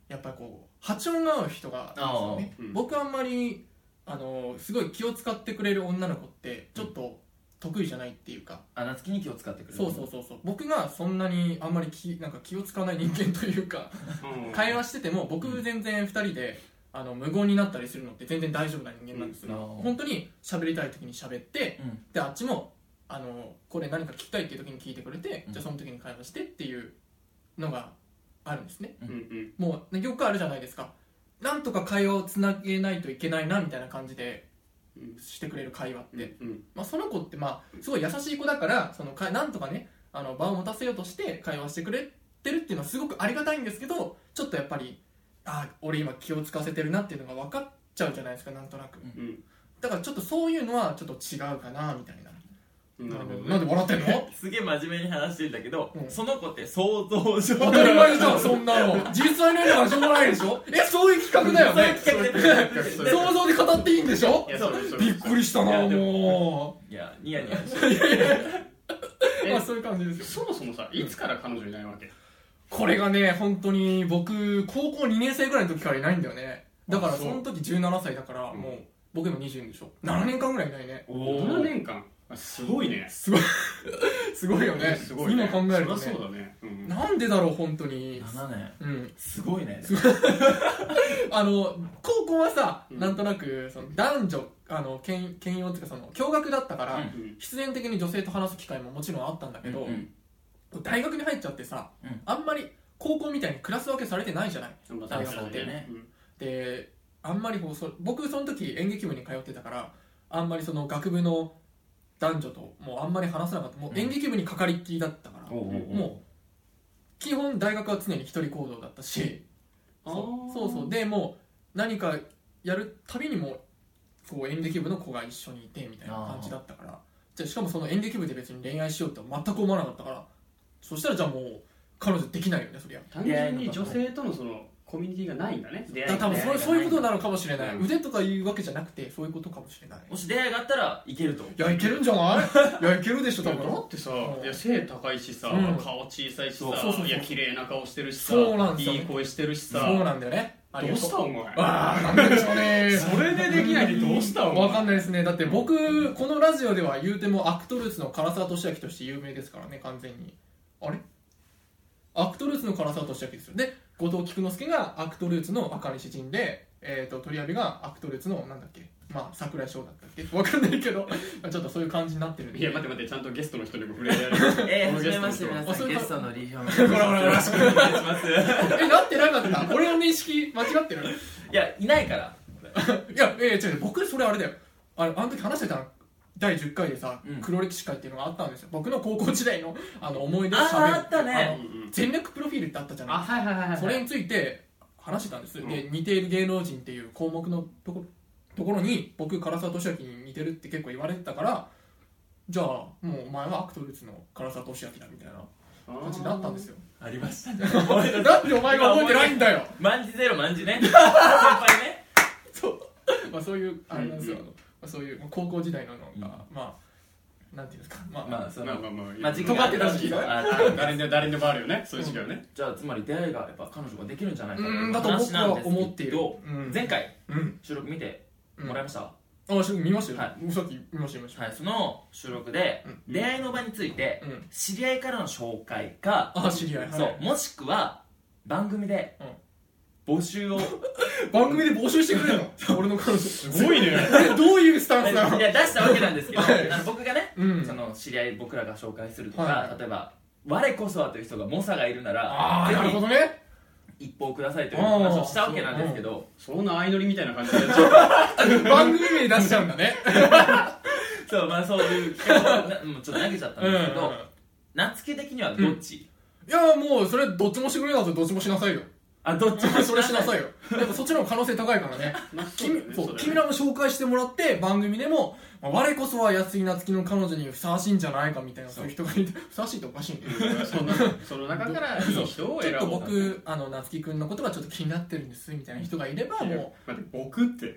[SPEAKER 1] やっぱりこう波長が合う人がいますよね、
[SPEAKER 3] ああうん
[SPEAKER 1] 僕あんまりあのーすごい気を使ってくれる女の子ってちょっと得意じゃないっていうか
[SPEAKER 4] あ夏希に気を使ってくれる
[SPEAKER 1] そうそうそうそう僕がそんなにあんまり気なんか気を使わない人間というか
[SPEAKER 3] うん
[SPEAKER 1] 会話してても僕全然2人であの無言になったりするのって全然大丈夫な人間なんですよ、
[SPEAKER 4] うん
[SPEAKER 1] 本当に喋りたい時に喋って
[SPEAKER 4] うん
[SPEAKER 1] であっちもあのこれ何か聞きたいっていう時に聞いてくれて、
[SPEAKER 4] うん
[SPEAKER 1] じゃあその時に会話してっていうのがあるんですね
[SPEAKER 3] うんうん
[SPEAKER 1] もうねよくあるじゃないですかなんとか会話をつなげないといけないなみたいな感じで
[SPEAKER 3] うん
[SPEAKER 1] してくれる会話って、
[SPEAKER 3] うん
[SPEAKER 1] まあ、その子ってまあすごい優しい子だからそのかなんとかねあの場を持たせようとして会話してくれてるっていうのはすごくありがたいんですけどちょっとやっぱりああ俺今気を使わせてるなっていうのが分かっちゃうじゃないですかなんとなく
[SPEAKER 3] うん
[SPEAKER 1] だからちょっとそういうのはちょっと違うかなみたいな
[SPEAKER 3] うんなるほど
[SPEAKER 1] なん
[SPEAKER 3] ね
[SPEAKER 1] で笑ってん の
[SPEAKER 4] すげえ真面目に話してるんだけど、
[SPEAKER 1] うん
[SPEAKER 4] その子って想像上
[SPEAKER 1] 当たり前じゃん そんなの実際のやつはしょうがないでしょえそういう企画だよね
[SPEAKER 4] そういう企画で
[SPEAKER 3] そういう企
[SPEAKER 1] 想像で語っていいんでしょ
[SPEAKER 3] いやそうそう
[SPEAKER 1] びっくりした
[SPEAKER 4] い
[SPEAKER 1] な
[SPEAKER 4] やでも
[SPEAKER 1] も
[SPEAKER 4] いやニヤニヤしてる
[SPEAKER 1] う
[SPEAKER 3] え
[SPEAKER 1] まあそういう感じですよ
[SPEAKER 3] そもそもさいつから彼女いないわけ
[SPEAKER 1] これがね本当に僕高校2年生ぐらいの時からいないんだよねだから
[SPEAKER 3] あそ
[SPEAKER 1] そうの時17歳だから
[SPEAKER 3] うん
[SPEAKER 1] もう僕今22でしょ7年間ぐらいいないね
[SPEAKER 4] お
[SPEAKER 3] 7
[SPEAKER 4] ー
[SPEAKER 3] 年間あすごいね
[SPEAKER 1] すごい すごいよね
[SPEAKER 3] すごいね
[SPEAKER 1] 今考えると
[SPEAKER 3] そりゃそ
[SPEAKER 1] ね
[SPEAKER 3] うだねうん
[SPEAKER 1] なんでだろう本当に
[SPEAKER 4] 7年
[SPEAKER 1] うん
[SPEAKER 4] すごいね
[SPEAKER 1] あの高校はさ
[SPEAKER 3] うん
[SPEAKER 1] なんとなくその男女あの兼兼用っていうかその共学だったから、
[SPEAKER 4] うん
[SPEAKER 3] うん
[SPEAKER 1] 必然的に女性と話す機会ももちろんあったんだけど、
[SPEAKER 4] うん
[SPEAKER 1] 大学に入っちゃってさ、
[SPEAKER 4] うん
[SPEAKER 1] あんまり高校みたいにクラス分けされてないじゃない
[SPEAKER 3] 頑
[SPEAKER 1] 大
[SPEAKER 3] 張
[SPEAKER 1] 学
[SPEAKER 3] ってね
[SPEAKER 1] であんまりこうそ僕その時演劇部に通ってたからあんまりその学部の男女ともうあんまり話さなかったもう演劇部にかかりっきりだったから、
[SPEAKER 4] おうおうおう
[SPEAKER 1] もう基本大学は常に一人行動だったし
[SPEAKER 3] あー
[SPEAKER 1] そうそうそうでもう何かやるたびにもこう演劇部の子が一緒にいてみたいな感じだったからじゃあしかもその演劇部で別に恋愛しようって全く思わなかったからそしたらじゃあもう彼女できないよねそりゃ
[SPEAKER 3] 単純に女性とのそのコミュニティがないんだね出
[SPEAKER 1] だから多分
[SPEAKER 4] 出
[SPEAKER 1] そ
[SPEAKER 4] 会
[SPEAKER 1] う
[SPEAKER 4] いが
[SPEAKER 1] そういうことなのかもしれない、
[SPEAKER 3] うん
[SPEAKER 1] 腕とかいうわけじゃなくてそういうことかもしれない
[SPEAKER 4] もし出会いがあったらいけると
[SPEAKER 1] いやいけるんじゃ ないいやいけるでしょ
[SPEAKER 3] いや
[SPEAKER 1] 多
[SPEAKER 3] だ
[SPEAKER 1] 分
[SPEAKER 3] ってさ
[SPEAKER 1] うん
[SPEAKER 3] いや背高いしさ
[SPEAKER 1] うん
[SPEAKER 3] 顔小さいしさ
[SPEAKER 4] そう
[SPEAKER 1] そうそうそう
[SPEAKER 3] いや綺麗な顔してるしさ
[SPEAKER 1] そうなんですよ
[SPEAKER 3] いい声してるし
[SPEAKER 1] そ
[SPEAKER 3] さ
[SPEAKER 1] うなんだよねあり
[SPEAKER 3] ど
[SPEAKER 1] が
[SPEAKER 3] う
[SPEAKER 1] と
[SPEAKER 3] したお前
[SPEAKER 1] ああなんでしょうね
[SPEAKER 3] それでできないでどうしたお前
[SPEAKER 1] わかんないですねだって僕このラジオでは言うてもアクトルーツの唐沢俊明として有名ですからね完全にあれアクトルーツの唐沢俊明ですよで後藤菊之助がアクトルーツの赤西陣で、えー、と鳥谷がアクトルーツのなんだっけまあ桜井翔だったっけわかんないけど ちょっとそういう感じになってるんで
[SPEAKER 3] いや待って待ってちゃんとゲストの人にも触れられる
[SPEAKER 4] えー、はじめまして皆
[SPEAKER 1] あそ
[SPEAKER 4] さん
[SPEAKER 1] ういう
[SPEAKER 4] ゲ
[SPEAKER 1] こ
[SPEAKER 4] ス
[SPEAKER 1] と
[SPEAKER 4] トのリーヒョン
[SPEAKER 1] ほらほらほら
[SPEAKER 4] よろしくお願いします
[SPEAKER 1] え、なってなかった俺の認識間違ってる
[SPEAKER 4] いやいないから
[SPEAKER 1] いや、えー、違う違う僕それあれだよあのあの時話してたの第10回でさ、
[SPEAKER 4] うん
[SPEAKER 1] 黒歴史会っていうのがあったんですよ僕の高校時代のあの思い出を
[SPEAKER 4] あー
[SPEAKER 1] 喋る
[SPEAKER 4] あったね
[SPEAKER 1] の全力プロフィールってあったじゃ な
[SPEAKER 3] あはいはいはいはいい
[SPEAKER 1] それについて話してたんです、で似ている芸能人っていう項目のとこところに僕唐沢俊明に似てるって結構言われてたからじゃあもうお前はアクトルーツの唐沢俊明だみたいな
[SPEAKER 3] あー
[SPEAKER 1] 感じになったんですよ
[SPEAKER 4] ありましたね
[SPEAKER 1] だってお前が覚えてないんだよ
[SPEAKER 4] 万事ゼロ万 事ね先輩ね
[SPEAKER 1] まあ、そういうあれなんですよ、
[SPEAKER 3] うん
[SPEAKER 1] あのまあ、そういうまあ高校時代ののが、
[SPEAKER 4] うん
[SPEAKER 1] まあなんていうんですかまあ、
[SPEAKER 4] まあそ
[SPEAKER 3] まあ
[SPEAKER 4] の
[SPEAKER 3] まあまあ
[SPEAKER 4] まあ時間
[SPEAKER 1] 尖ってた時期
[SPEAKER 4] があ
[SPEAKER 3] 誰にでも誰にでもあるよねそういう時期はね
[SPEAKER 4] じゃあつまり出会いがやっぱ彼女ができるんじゃないうか
[SPEAKER 1] ーんだと僕は思っている、うん、
[SPEAKER 4] 前回
[SPEAKER 1] うん、
[SPEAKER 4] 収録見て
[SPEAKER 1] うん、
[SPEAKER 4] もらいました、
[SPEAKER 1] あちょっと見ましたよ、
[SPEAKER 4] は
[SPEAKER 1] さっき見ました見ました、
[SPEAKER 4] はい、その収録で、
[SPEAKER 3] うん
[SPEAKER 4] 恋愛の場について、
[SPEAKER 1] うん
[SPEAKER 4] 知り合いからの紹介か、
[SPEAKER 1] あ知り合い、はい、
[SPEAKER 4] そうもしくは番組で募集を、
[SPEAKER 1] 番組で募集してくれるの俺の彼女す
[SPEAKER 3] すごいね
[SPEAKER 1] どういうスタンス なの
[SPEAKER 4] いや出したわけなんですけど、
[SPEAKER 1] はい
[SPEAKER 4] あの僕がね、
[SPEAKER 1] うん
[SPEAKER 4] その知り合い僕らが紹介するとか、
[SPEAKER 1] はい
[SPEAKER 4] 例えば我こそはという人が猛者がいるな
[SPEAKER 1] あ
[SPEAKER 4] ら
[SPEAKER 1] あ
[SPEAKER 4] ぜ
[SPEAKER 1] なるほどね
[SPEAKER 4] ひ一報くださいという話をしたわけなんですけど
[SPEAKER 3] そんな相乗りみたいな感じでやっちゃう
[SPEAKER 1] 番組名出しちゃうんだね
[SPEAKER 4] そうまあそういう企画をなもうちょっと投げちゃったんですけど、
[SPEAKER 1] うん
[SPEAKER 4] 夏希的にはどっち、
[SPEAKER 1] いやもうそれどっちもしてくれなとどっちもしなさいよ
[SPEAKER 4] あどっちも
[SPEAKER 1] それしなさいよやっぱそっちの方が可能性高いからね
[SPEAKER 3] まあそうだ
[SPEAKER 1] 君
[SPEAKER 3] よね
[SPEAKER 1] そう
[SPEAKER 3] そうだよ
[SPEAKER 1] 君
[SPEAKER 3] ね
[SPEAKER 1] らも紹介してもらって番組でも、まあ我こそは安井夏樹の彼女にふさわしいんじゃないかみたいなそういう人がいてふさわしいっておかしいね
[SPEAKER 3] そのその中からいい人を
[SPEAKER 1] ちょ
[SPEAKER 3] 選
[SPEAKER 1] っと
[SPEAKER 3] ぼう
[SPEAKER 1] 僕あの夏樹くんのことがちょっと気になってるんですみたいな人がいれば
[SPEAKER 3] いや
[SPEAKER 1] も
[SPEAKER 3] 待って僕 って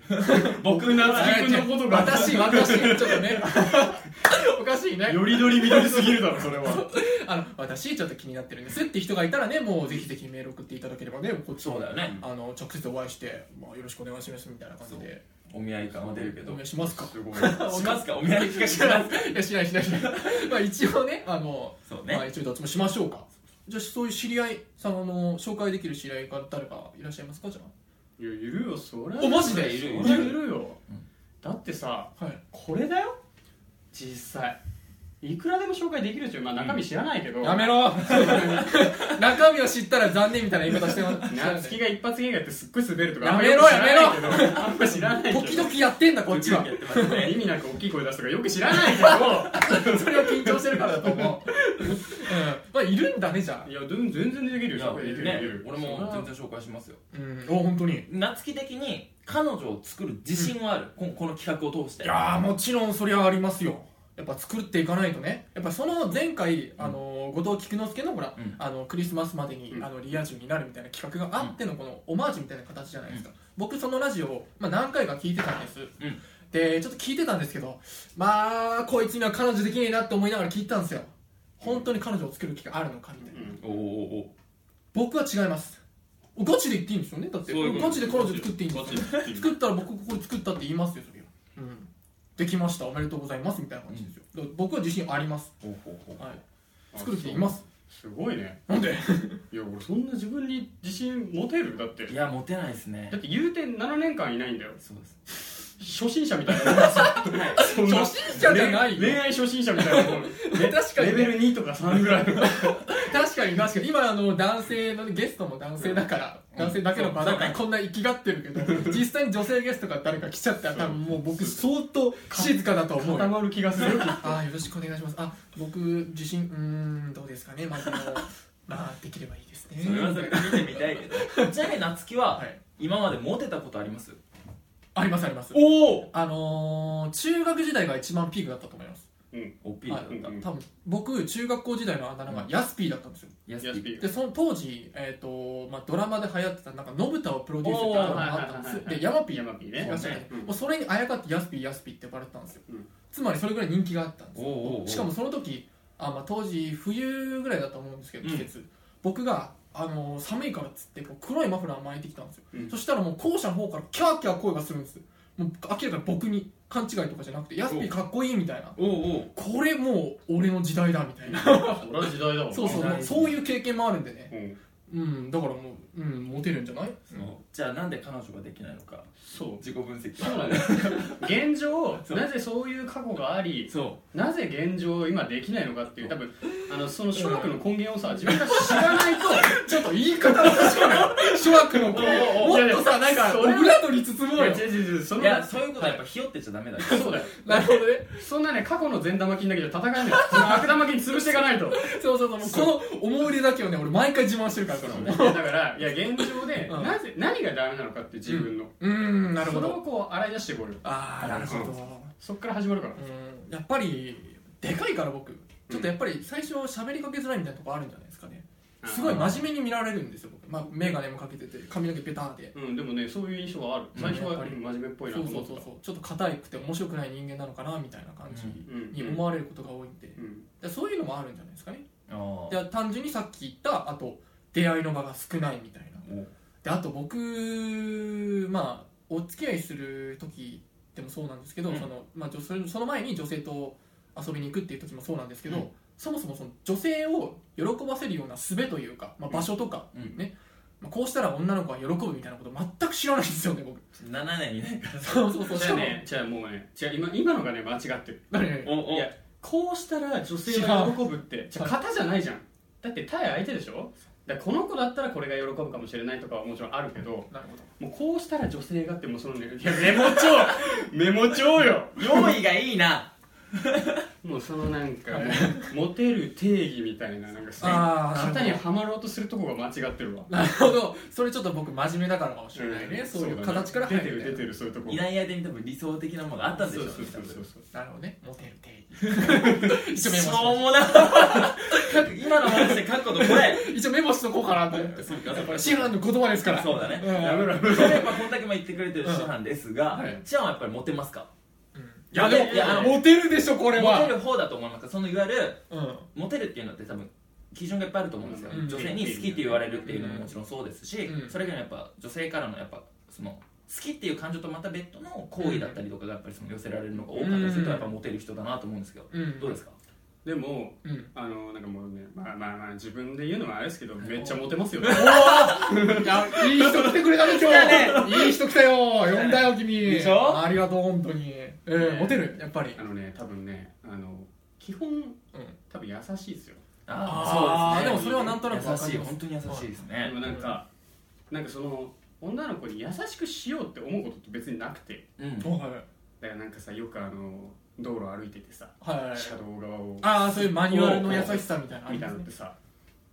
[SPEAKER 4] 僕僕
[SPEAKER 1] う
[SPEAKER 3] 夏樹くんのことが
[SPEAKER 1] 私私ちょっとね おかしいね
[SPEAKER 3] よりどりみどりすぎるだろそれは
[SPEAKER 1] あの私ちょっと気になってるんですって人がいたらねもうぜひぜひメール送っていただければねこっちも
[SPEAKER 4] そうだよね
[SPEAKER 1] あの直接お会いして、まあ、よろしくお願いしますみたいな感じで
[SPEAKER 4] お見合い感は出るけ
[SPEAKER 1] お
[SPEAKER 4] ど
[SPEAKER 1] 願 いしますか
[SPEAKER 3] すごい
[SPEAKER 4] しますかお見合いしかしない
[SPEAKER 1] いやしないしないし ないまあ一応ねあの
[SPEAKER 4] そう
[SPEAKER 1] まあ、
[SPEAKER 4] ね
[SPEAKER 1] 一応どっちもしましょうかじゃあそういう知り合いさんあの紹介できる知り合いが誰かいらっしゃいますかじゃ
[SPEAKER 3] いやいるよそれ
[SPEAKER 1] おマジで
[SPEAKER 3] いる
[SPEAKER 4] いる
[SPEAKER 3] いるいるよ
[SPEAKER 4] うん
[SPEAKER 3] だってさ
[SPEAKER 1] あはい
[SPEAKER 3] これだよ実際いくらでも紹介できるじゃんまあ中身知らないけど、
[SPEAKER 1] やめろ 中身を知ったら残念みたいな言い方してます
[SPEAKER 3] な月が一発芸がやってすっごい滑るとか
[SPEAKER 1] やめろ
[SPEAKER 3] あんまよく知らないけどあんま知らないけど
[SPEAKER 1] 時々やってんだこっちは
[SPEAKER 4] やってますね
[SPEAKER 3] 意味なく大きい声出すとかよく知らないけ ど
[SPEAKER 1] それは緊張してるからだと思う、うん、まあいるんだねじゃあ
[SPEAKER 3] いやでも全然できる
[SPEAKER 4] い
[SPEAKER 3] よ
[SPEAKER 4] や
[SPEAKER 3] 紹介できる
[SPEAKER 4] ね
[SPEAKER 3] できる
[SPEAKER 4] 俺も全然紹介しますよ
[SPEAKER 1] うんお本当にい
[SPEAKER 4] 夏希的に彼女を作る自信はある、こんこの企画を通して
[SPEAKER 1] やーもちろんそりゃありますよやっぱ作っていかないとねやっぱその前回、あの後藤菊之助のほら、
[SPEAKER 4] うん
[SPEAKER 1] あのクリスマスまでに、
[SPEAKER 3] うん
[SPEAKER 1] あのリア充になるみたいな企画があっての、このオマージュみたいな形じゃないですか、僕そのラジオを、まあ、何回か聞いてたんです、
[SPEAKER 4] ん
[SPEAKER 1] でちょっと聞いてたんですけどまあこいつには彼女できねえなって思いながら聞いてたんですよ本当に彼女を作る気があるのかみたいな、
[SPEAKER 3] うん
[SPEAKER 4] おーおーお
[SPEAKER 1] 僕は違いますガチで言っていいんですよねだって
[SPEAKER 4] そういうこと
[SPEAKER 1] ガチで彼女作っていいんですよ
[SPEAKER 3] ガチで
[SPEAKER 1] 作ったら僕ここで作ったって言いますよそれはうんできましたおめでとうございますみたいな感じですよ、だから僕は自信あります、
[SPEAKER 4] ーおーおー
[SPEAKER 1] はい、作る気います
[SPEAKER 3] すごいね
[SPEAKER 1] なんで
[SPEAKER 3] いや俺そんな自分に自信持てるだって
[SPEAKER 4] いやモテないですね
[SPEAKER 3] だって言うて7年間いないんだよ
[SPEAKER 4] そうです
[SPEAKER 3] 初心者みたいなもんですよそんな
[SPEAKER 1] 初心者じゃないよ
[SPEAKER 3] 恋恋愛初心者みたいなもん
[SPEAKER 1] 確かに
[SPEAKER 3] レベル2とか3ぐらいの
[SPEAKER 1] 確かに確かに今あの男性のゲストも男性だから、
[SPEAKER 4] うん
[SPEAKER 1] 男性だけの場だから
[SPEAKER 4] うん
[SPEAKER 1] こんな生きがってるけど実際に女性ゲストが誰か来ちゃったら多分もう僕相当静かだと思うよ
[SPEAKER 3] 固まる気がす る
[SPEAKER 1] あーよろしくお願いしますあ僕自信うーんどうですかねまあでも まあできればいいですね
[SPEAKER 4] それはそれ見てみたいけど ちなみに夏希は
[SPEAKER 1] はい
[SPEAKER 4] 今までモテたことあります
[SPEAKER 1] ありますあります
[SPEAKER 4] おお
[SPEAKER 1] あのー、中学時代が一番ピークだったと思います
[SPEAKER 4] おっぴりだっ
[SPEAKER 3] はいうん
[SPEAKER 1] 多分僕中学校時代のあだ名がヤスピーだったんですよ
[SPEAKER 4] たやす
[SPEAKER 3] ヤスピ
[SPEAKER 4] ぴ
[SPEAKER 3] ー
[SPEAKER 1] でその当時、えーとまあ、ドラマで流行ってたなんかのぶたをプロデュースってアルバムがあったんですでヤマピー
[SPEAKER 3] ヤマピーね
[SPEAKER 1] 東
[SPEAKER 4] そう
[SPEAKER 1] 谷
[SPEAKER 4] ね
[SPEAKER 3] うん
[SPEAKER 1] もうそれにあやかってヤスピーヤスピーって呼ばれてたんですよ、
[SPEAKER 3] うん
[SPEAKER 1] つまりそれぐらい人気があったんです
[SPEAKER 4] おうおうおう
[SPEAKER 1] しかもその時あ、まあ、当時冬ぐらいだと思うんですけど季節、僕が、あのー寒いからっつってこう黒いマフラー巻いてきたんですよ、
[SPEAKER 3] うん
[SPEAKER 1] そしたらもう校舎の方からキャーキャー声がするんですもう明らかに僕に勘違いとかじゃなくてヤスピーかっこいいみたいな
[SPEAKER 4] おおおう
[SPEAKER 1] これもう俺の時代だみたいな
[SPEAKER 3] それは時代だもん
[SPEAKER 1] そうそうもうそういう経験もあるんでね
[SPEAKER 3] うん
[SPEAKER 1] うんだからもう、うん、モテるんじゃ ない、
[SPEAKER 4] そうじゃあなんで彼女ができないのか
[SPEAKER 3] そう
[SPEAKER 4] 自己分析
[SPEAKER 3] そうなんです現状
[SPEAKER 4] そう
[SPEAKER 3] なぜそういう過去があり
[SPEAKER 4] そ
[SPEAKER 3] なぜ現状今できないのかっていう多分あのその諸悪の根源をさ自分が知らないと
[SPEAKER 1] ちょっと言い方が確かに諸悪の声
[SPEAKER 3] おうお
[SPEAKER 1] も
[SPEAKER 3] う
[SPEAKER 1] っとさ
[SPEAKER 3] いや
[SPEAKER 1] ないん
[SPEAKER 3] や
[SPEAKER 1] か
[SPEAKER 3] そ
[SPEAKER 1] オ
[SPEAKER 3] れは
[SPEAKER 1] ブラートに包
[SPEAKER 3] い
[SPEAKER 1] もう
[SPEAKER 3] や
[SPEAKER 1] よ
[SPEAKER 3] 違う違う違うそうの
[SPEAKER 4] いやそういうことはやっぱひよってちゃダ メだよ
[SPEAKER 3] そうだよ
[SPEAKER 1] なるほどね
[SPEAKER 3] そんなね過去の善玉菌だけじゃ戦えないその悪玉菌潰していかないと
[SPEAKER 1] そうそうそうもうこの思い出だけをね俺毎回自慢してるからこれ
[SPEAKER 3] だからいや現状で
[SPEAKER 1] うん
[SPEAKER 3] なぜ何がダメなのかって自分の
[SPEAKER 1] うーんなるほ
[SPEAKER 3] それを
[SPEAKER 1] ど
[SPEAKER 3] こう洗い出してこうよ
[SPEAKER 1] ああなるほど
[SPEAKER 3] そっから始まるから
[SPEAKER 1] うんやっぱりでかいから僕ちょっとやっぱり最初喋りかけづらいみたいなとこあるんじゃないですかねすごい真面目に見られるんですよ僕まあ眼鏡もかけてて髪の毛ベターで
[SPEAKER 3] うんでもねそういう印象はある
[SPEAKER 4] うん
[SPEAKER 3] 最初は
[SPEAKER 1] やっぱり
[SPEAKER 3] うん真面目っぽいな
[SPEAKER 1] そ
[SPEAKER 3] と
[SPEAKER 1] うそ
[SPEAKER 3] 思
[SPEAKER 1] うそ
[SPEAKER 3] ってた
[SPEAKER 1] うそうちょっと硬くて面白くない人間なのかなみたいな感じ
[SPEAKER 3] うん
[SPEAKER 1] に思われることが多いんで
[SPEAKER 3] うん
[SPEAKER 1] でそういうのもあるんじゃないですかね
[SPEAKER 4] あ
[SPEAKER 1] で単純にさっき言ったあと出会いの場が少ないみたいな
[SPEAKER 4] おう
[SPEAKER 1] であと僕まあお付き合いする時でもそうなんですけど、
[SPEAKER 4] うん
[SPEAKER 1] そのまあ、女それその前に女性と遊びに行くっていう時もそうなんですけど、
[SPEAKER 4] うん
[SPEAKER 1] そもそもその女性を喜ばせるような術というか、まあ、場所とか、
[SPEAKER 4] うん
[SPEAKER 1] ねまあ、こうしたら女の子は喜ぶみたいなこと全く知らないんですよね僕
[SPEAKER 4] 7年にね
[SPEAKER 1] そうそうそうし
[SPEAKER 3] じゃ
[SPEAKER 1] か
[SPEAKER 3] あ
[SPEAKER 1] も、
[SPEAKER 3] ねじゃあもうねじゃあ今今のがね間違ってる
[SPEAKER 1] 何何
[SPEAKER 4] お
[SPEAKER 3] いやこうしたら女性が喜ぶってじゃあ型じゃないじゃんだって対相手でしょだからこの子だったらこれが喜ぶかもしれないとかはもちろんあるけど
[SPEAKER 1] なるほど
[SPEAKER 3] もうこうしたら女性がってもうその ねいやメモ帳メモ帳よ
[SPEAKER 4] 用意がいいな
[SPEAKER 3] もうそのなんかねモテる定義みたいななんかそういう
[SPEAKER 1] あーなるほど
[SPEAKER 3] 型にはまろうとするとこが間違ってるわ
[SPEAKER 1] なるほどそれちょっと僕真面目だからかもしれないね、
[SPEAKER 3] ん
[SPEAKER 1] そういう
[SPEAKER 3] だね
[SPEAKER 1] 形から
[SPEAKER 3] 出
[SPEAKER 1] 入
[SPEAKER 3] てる
[SPEAKER 1] ね
[SPEAKER 3] 出てるそういうとこ
[SPEAKER 4] いない間に多分理想的なものがあったんでしょ
[SPEAKER 3] そうそうそうそうそう
[SPEAKER 1] なるほどねモテる定義一応メモし
[SPEAKER 4] し
[SPEAKER 1] と
[SPEAKER 4] ょう
[SPEAKER 1] こ
[SPEAKER 4] もな今の話で書くことこれ
[SPEAKER 1] う一応メモしとこうかなと思って
[SPEAKER 4] そうか
[SPEAKER 1] やっぱり師範の言葉ですから
[SPEAKER 4] そうだね
[SPEAKER 1] ん
[SPEAKER 3] やめろやめろ
[SPEAKER 4] それやっぱこんだけも言ってくれてる師範ですが
[SPEAKER 1] はい
[SPEAKER 4] 師範はやっぱりモテますか
[SPEAKER 1] いやでも
[SPEAKER 4] い や
[SPEAKER 1] モテるでしょこれは
[SPEAKER 4] モテる方だと思いますかそのいわゆる
[SPEAKER 1] うん
[SPEAKER 4] モテるっていうのって多分基準がいっぱいあると思うんですよ、
[SPEAKER 1] うん
[SPEAKER 4] 女性に好きって言われるっていうのももちろんそうですし、
[SPEAKER 1] うん
[SPEAKER 4] それ以外にやっぱ女性からのやっぱその
[SPEAKER 2] 好きっていう感情とまた別途の行為だったりとかがやっぱりその寄せられるのが多かったりするとやっぱモテる人だなと思うんですけど、
[SPEAKER 1] うん
[SPEAKER 2] どうですか
[SPEAKER 3] でも
[SPEAKER 1] うん
[SPEAKER 3] あのなんかもうねまあまあまあ自分で言うのはあれですけどめっちゃモテますよ
[SPEAKER 1] いい人来てくれたね 今日いい人来たよ呼んだ よ君
[SPEAKER 2] でしょ
[SPEAKER 1] ありがとう本当にうんモテるやっぱり
[SPEAKER 3] あのね多分ねあの基本多分優しいですよ
[SPEAKER 1] あーでもそれはなんとなくわ
[SPEAKER 2] 優
[SPEAKER 1] か
[SPEAKER 2] しい
[SPEAKER 1] ります
[SPEAKER 2] 本当に優しいです
[SPEAKER 3] で
[SPEAKER 2] ね
[SPEAKER 3] もなんかなんかその女の子に優しくしようって思うことって別になくて
[SPEAKER 2] うん
[SPEAKER 1] はい
[SPEAKER 3] だからなんかさよくあの道路歩いててさ
[SPEAKER 1] はいはい
[SPEAKER 3] 車道側を
[SPEAKER 1] ああそういうマニュアルの優しさみたいなのあり
[SPEAKER 3] みたい
[SPEAKER 1] ます
[SPEAKER 3] なのっ
[SPEAKER 1] ね
[SPEAKER 3] てさ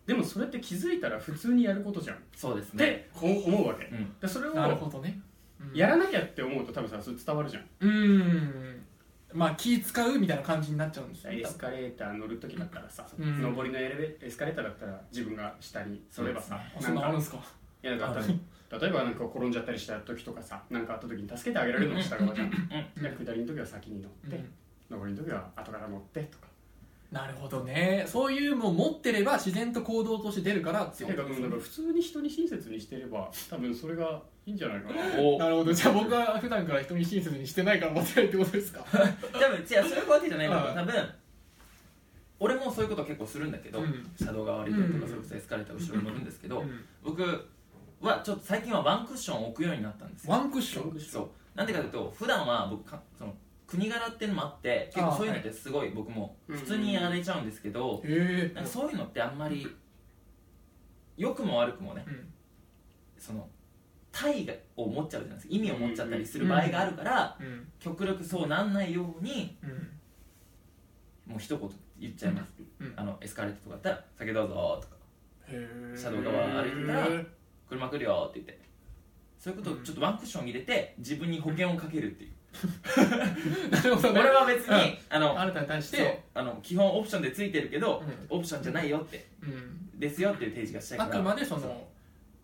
[SPEAKER 3] でもそれって気づいたら普通にやることじゃんっ
[SPEAKER 2] そうですね
[SPEAKER 3] てお思うわけ、
[SPEAKER 2] うん
[SPEAKER 3] でそれを
[SPEAKER 1] なるほどねうん
[SPEAKER 3] やらなきゃって思うと多分さそれ伝わるじゃん
[SPEAKER 1] うんまあ気使うみたいな感じになっちゃうんですよね
[SPEAKER 3] エスカレーター乗る時だったらさ、
[SPEAKER 1] うん
[SPEAKER 3] 上りのエレベエスカレーターだったら自分が下にそればさ、
[SPEAKER 1] あそんなのある
[SPEAKER 3] な
[SPEAKER 1] ん
[SPEAKER 3] ん
[SPEAKER 1] で
[SPEAKER 3] か
[SPEAKER 1] すか
[SPEAKER 3] いやだから多分例えばなんか転んじゃったりした時とかさ何かあった時に助けてあげられるのも下側じゃん
[SPEAKER 1] うん
[SPEAKER 3] で下りの時は先に乗
[SPEAKER 1] う
[SPEAKER 3] って、
[SPEAKER 1] ん
[SPEAKER 3] 上りの時は後から乗ってとか
[SPEAKER 1] なるほどねそういうもう持ってれば自然と行動として出るからってい
[SPEAKER 3] て
[SPEAKER 1] う
[SPEAKER 3] かうんだから普通に人に親切にしてれば多分それがいいんじゃないかな
[SPEAKER 2] お
[SPEAKER 1] なるほどじゃあ僕は普段から人に親切にしてないからモテないってことですか
[SPEAKER 2] 多分いやそういうわけじゃないけど
[SPEAKER 1] うん
[SPEAKER 2] 多分俺もそういうこと結構するんだけど、
[SPEAKER 1] うん
[SPEAKER 2] 車道側歩いたりと
[SPEAKER 1] う
[SPEAKER 2] か
[SPEAKER 1] ん
[SPEAKER 2] それこそエスカレーター後ろに乗るんですけど、
[SPEAKER 1] うん
[SPEAKER 2] 僕はちょっと最近はワンクッション置くようになったんですよ
[SPEAKER 1] ワンクッション
[SPEAKER 2] そうなんでかというと普段は僕かその国柄っていうのもあって結構そういうのってすごい僕も
[SPEAKER 3] うん
[SPEAKER 2] 普通にやられちゃうんですけど、
[SPEAKER 1] へえ
[SPEAKER 2] なんかそういうのってあんまり良くも悪くもね
[SPEAKER 1] うん
[SPEAKER 2] その体を持っちゃうじゃないですか意味を持っちゃったりする場合があるから、
[SPEAKER 1] うん
[SPEAKER 2] 極力そうなんないように
[SPEAKER 1] うん
[SPEAKER 2] もう一言言っちゃいます、
[SPEAKER 1] うん
[SPEAKER 2] あのエスカレーターとかだったら「酒どうぞ」とか
[SPEAKER 1] へえ
[SPEAKER 2] 車道側歩いてたら
[SPEAKER 1] へ
[SPEAKER 2] 「車来るよ」って言ってそういうことをちょっとワンクッション入れて自分に保険をかけ るっていう、
[SPEAKER 1] えなるほどね
[SPEAKER 2] 俺は別に、
[SPEAKER 1] うん
[SPEAKER 2] あの
[SPEAKER 1] あなたに対し
[SPEAKER 2] そう
[SPEAKER 1] て
[SPEAKER 2] あの基本オプションでついてるけど、
[SPEAKER 1] うん
[SPEAKER 2] オプションじゃないよって
[SPEAKER 1] うん
[SPEAKER 2] ですよっていう提示がしたいか
[SPEAKER 1] あ
[SPEAKER 2] ら
[SPEAKER 1] くまでそ
[SPEAKER 2] そう
[SPEAKER 1] の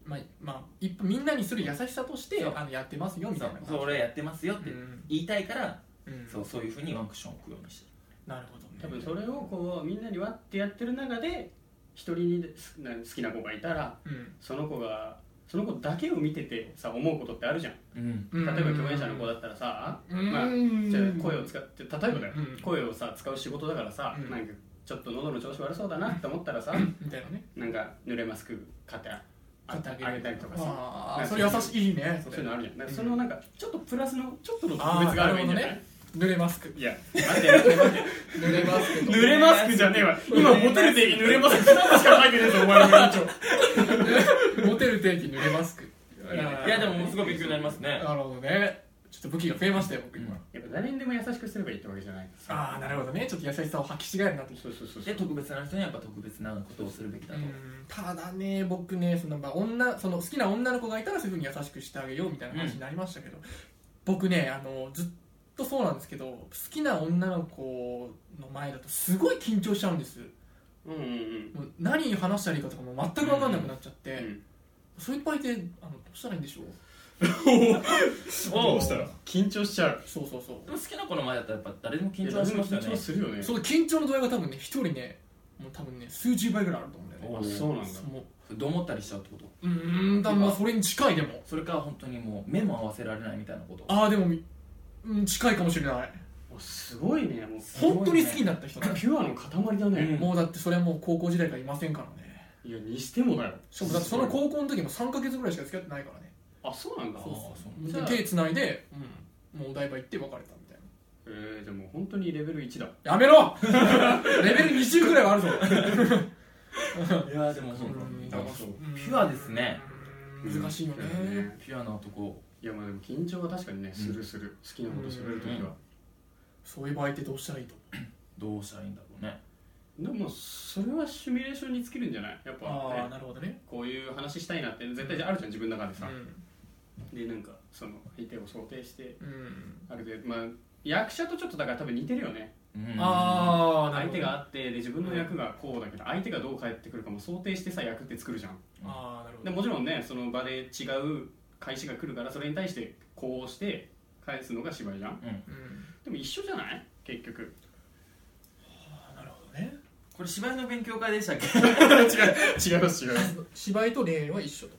[SPEAKER 1] まあまあ一般みんなにする優しさとして
[SPEAKER 2] そう
[SPEAKER 1] あのやってますよみたいな
[SPEAKER 2] そう俺やってますよって
[SPEAKER 1] うん
[SPEAKER 2] 言いたいから、
[SPEAKER 1] うん
[SPEAKER 2] そうそういうふうにワンクッション置くようにしてる
[SPEAKER 1] なるほどね
[SPEAKER 3] 多分それをこうみんなに割ってやってる中で一人にですな好きな子がいたら
[SPEAKER 1] うん
[SPEAKER 3] その子がその子だけを見ててさ思うことってあるじゃん
[SPEAKER 2] うん
[SPEAKER 1] うん
[SPEAKER 3] 例えば共演者の子だったらさ、
[SPEAKER 1] うん
[SPEAKER 3] まあ、じゃあ声を使って例えばだよ、
[SPEAKER 1] うん
[SPEAKER 3] 声をさ使う仕事だからさ、
[SPEAKER 1] うん
[SPEAKER 3] なんかちょっと喉の調子悪そうだなって思ったらさ、
[SPEAKER 1] みたいなね
[SPEAKER 3] なんか濡れマスク買ってあ
[SPEAKER 1] 買って
[SPEAKER 3] あげたりとかさ
[SPEAKER 1] あ
[SPEAKER 3] な
[SPEAKER 1] あ
[SPEAKER 3] んか
[SPEAKER 1] それ優しいいいね
[SPEAKER 3] そう
[SPEAKER 1] そ
[SPEAKER 3] いう
[SPEAKER 1] れ
[SPEAKER 3] のあるじゃん、なんか
[SPEAKER 1] うん
[SPEAKER 3] そのなんかちょっとプラスのちょっとの特別があればいいんじゃない、
[SPEAKER 1] あーなる濡れマスク
[SPEAKER 3] いや待って待って待って
[SPEAKER 1] 濡れマスク
[SPEAKER 3] 濡れマスクじゃねえわ 今モテる定義濡れマスクなんかしか書いてねえぞお前の委員長
[SPEAKER 1] モテる定義濡れマスク
[SPEAKER 3] いや
[SPEAKER 2] いやでももうすごい勉強になりますね
[SPEAKER 1] なるほどねちょっと武器が増えましたよ僕今
[SPEAKER 2] うん
[SPEAKER 3] やっぱ誰にでも優しくすればいいってわけじゃないからさ
[SPEAKER 1] ああなるほどねちょっと優しさを吐き違えるなってきた
[SPEAKER 3] そうそうそうそ
[SPEAKER 2] で
[SPEAKER 3] う
[SPEAKER 2] 特別な人にはやっぱ特別なことをするべきだ
[SPEAKER 1] う
[SPEAKER 2] と、
[SPEAKER 1] んただね僕ねそのまあ女その好きな女の子がいたらそういうふうに優しくしてあげようみたいな話になりましたけど、僕ねあのずっとそうなんですけど好きな女の子の前だとすごい緊張しちゃうんです
[SPEAKER 3] うんうんうん
[SPEAKER 1] もう何話したらいいかとかもう全く分かんなくなっちゃって、
[SPEAKER 3] うん
[SPEAKER 1] そういう場合ってあのどうしたらいいんでしょう
[SPEAKER 2] おう
[SPEAKER 3] 緊張しちゃう
[SPEAKER 1] そうそうそう
[SPEAKER 2] でも好きな子の前だったらやっぱ誰でも
[SPEAKER 3] い
[SPEAKER 2] 緊
[SPEAKER 3] や
[SPEAKER 2] 張はし
[SPEAKER 3] 誰も
[SPEAKER 2] ますよ
[SPEAKER 3] 緊張
[SPEAKER 2] ね
[SPEAKER 3] するよね
[SPEAKER 1] その緊張の度合いが多分ね一人ねもう多分ね数十倍ぐらいあると思うんだよね
[SPEAKER 2] お
[SPEAKER 3] あそうなんだ
[SPEAKER 1] その
[SPEAKER 2] どう思ったりしちゃうってこと
[SPEAKER 1] うーんだまあそれに近いでも
[SPEAKER 2] それから本当にもう目も合わせられないみたいなこと
[SPEAKER 1] ああでもうん近いかもしれない
[SPEAKER 3] おすごい
[SPEAKER 2] ごい
[SPEAKER 3] ねもう
[SPEAKER 2] ね
[SPEAKER 1] 本当に好きになった人だ、
[SPEAKER 3] ピュアの塊だね、
[SPEAKER 1] もうだってそれはもう高校時代からいませんからね
[SPEAKER 3] いやにしてもだよ
[SPEAKER 1] しかもだってその高校の時も3か月ぐらいしか付き合ってないからね
[SPEAKER 3] あそうなんだ
[SPEAKER 2] あー
[SPEAKER 1] そう
[SPEAKER 2] そう
[SPEAKER 3] じゃあ
[SPEAKER 1] で手つないで、うん、もうお台場行って別れたみたい
[SPEAKER 3] えー、でも本当にレベル1だ
[SPEAKER 1] なやめろ レベル20ぐらいはあるぞ
[SPEAKER 2] いやでもそう
[SPEAKER 1] うん
[SPEAKER 2] だ
[SPEAKER 1] だから
[SPEAKER 3] そう
[SPEAKER 1] うん
[SPEAKER 2] ピュアですね
[SPEAKER 1] うん難しいよね
[SPEAKER 3] うん
[SPEAKER 2] ピュアな男
[SPEAKER 3] いやまあでも緊張は確かにねするする、好きなことするときは、
[SPEAKER 1] そういう場合ってどうしたらいいと
[SPEAKER 2] どうしたらいいんだろうね
[SPEAKER 3] でもそれはシミュレーションに尽きるんじゃないやっぱ、
[SPEAKER 1] 思う
[SPEAKER 3] ね、
[SPEAKER 1] なるほどね
[SPEAKER 3] こういう話したいなって絶対あるじゃん自分の中で
[SPEAKER 1] う
[SPEAKER 3] さ、
[SPEAKER 1] ん
[SPEAKER 3] でなんかその相手を想定して
[SPEAKER 1] うん
[SPEAKER 3] ある程度まあ役者とちょっとだから多分似てるよね
[SPEAKER 2] うん
[SPEAKER 1] ああなるほ
[SPEAKER 3] 相
[SPEAKER 1] ど
[SPEAKER 3] 手があってで自分の役がこうだけど相手がどう返ってくるかも想定してさ役って作るじゃん
[SPEAKER 1] ああなるほ
[SPEAKER 3] で
[SPEAKER 1] ど
[SPEAKER 3] もちろんねその場で違う返しが来るからそれに対してこうして返すのが芝居じゃん
[SPEAKER 1] うん
[SPEAKER 3] でも一緒じゃない結局
[SPEAKER 1] あなるほどね
[SPEAKER 2] これ芝居の勉強会でしたっ け
[SPEAKER 3] 違う違う違う
[SPEAKER 1] 芝居と恋愛は一緒と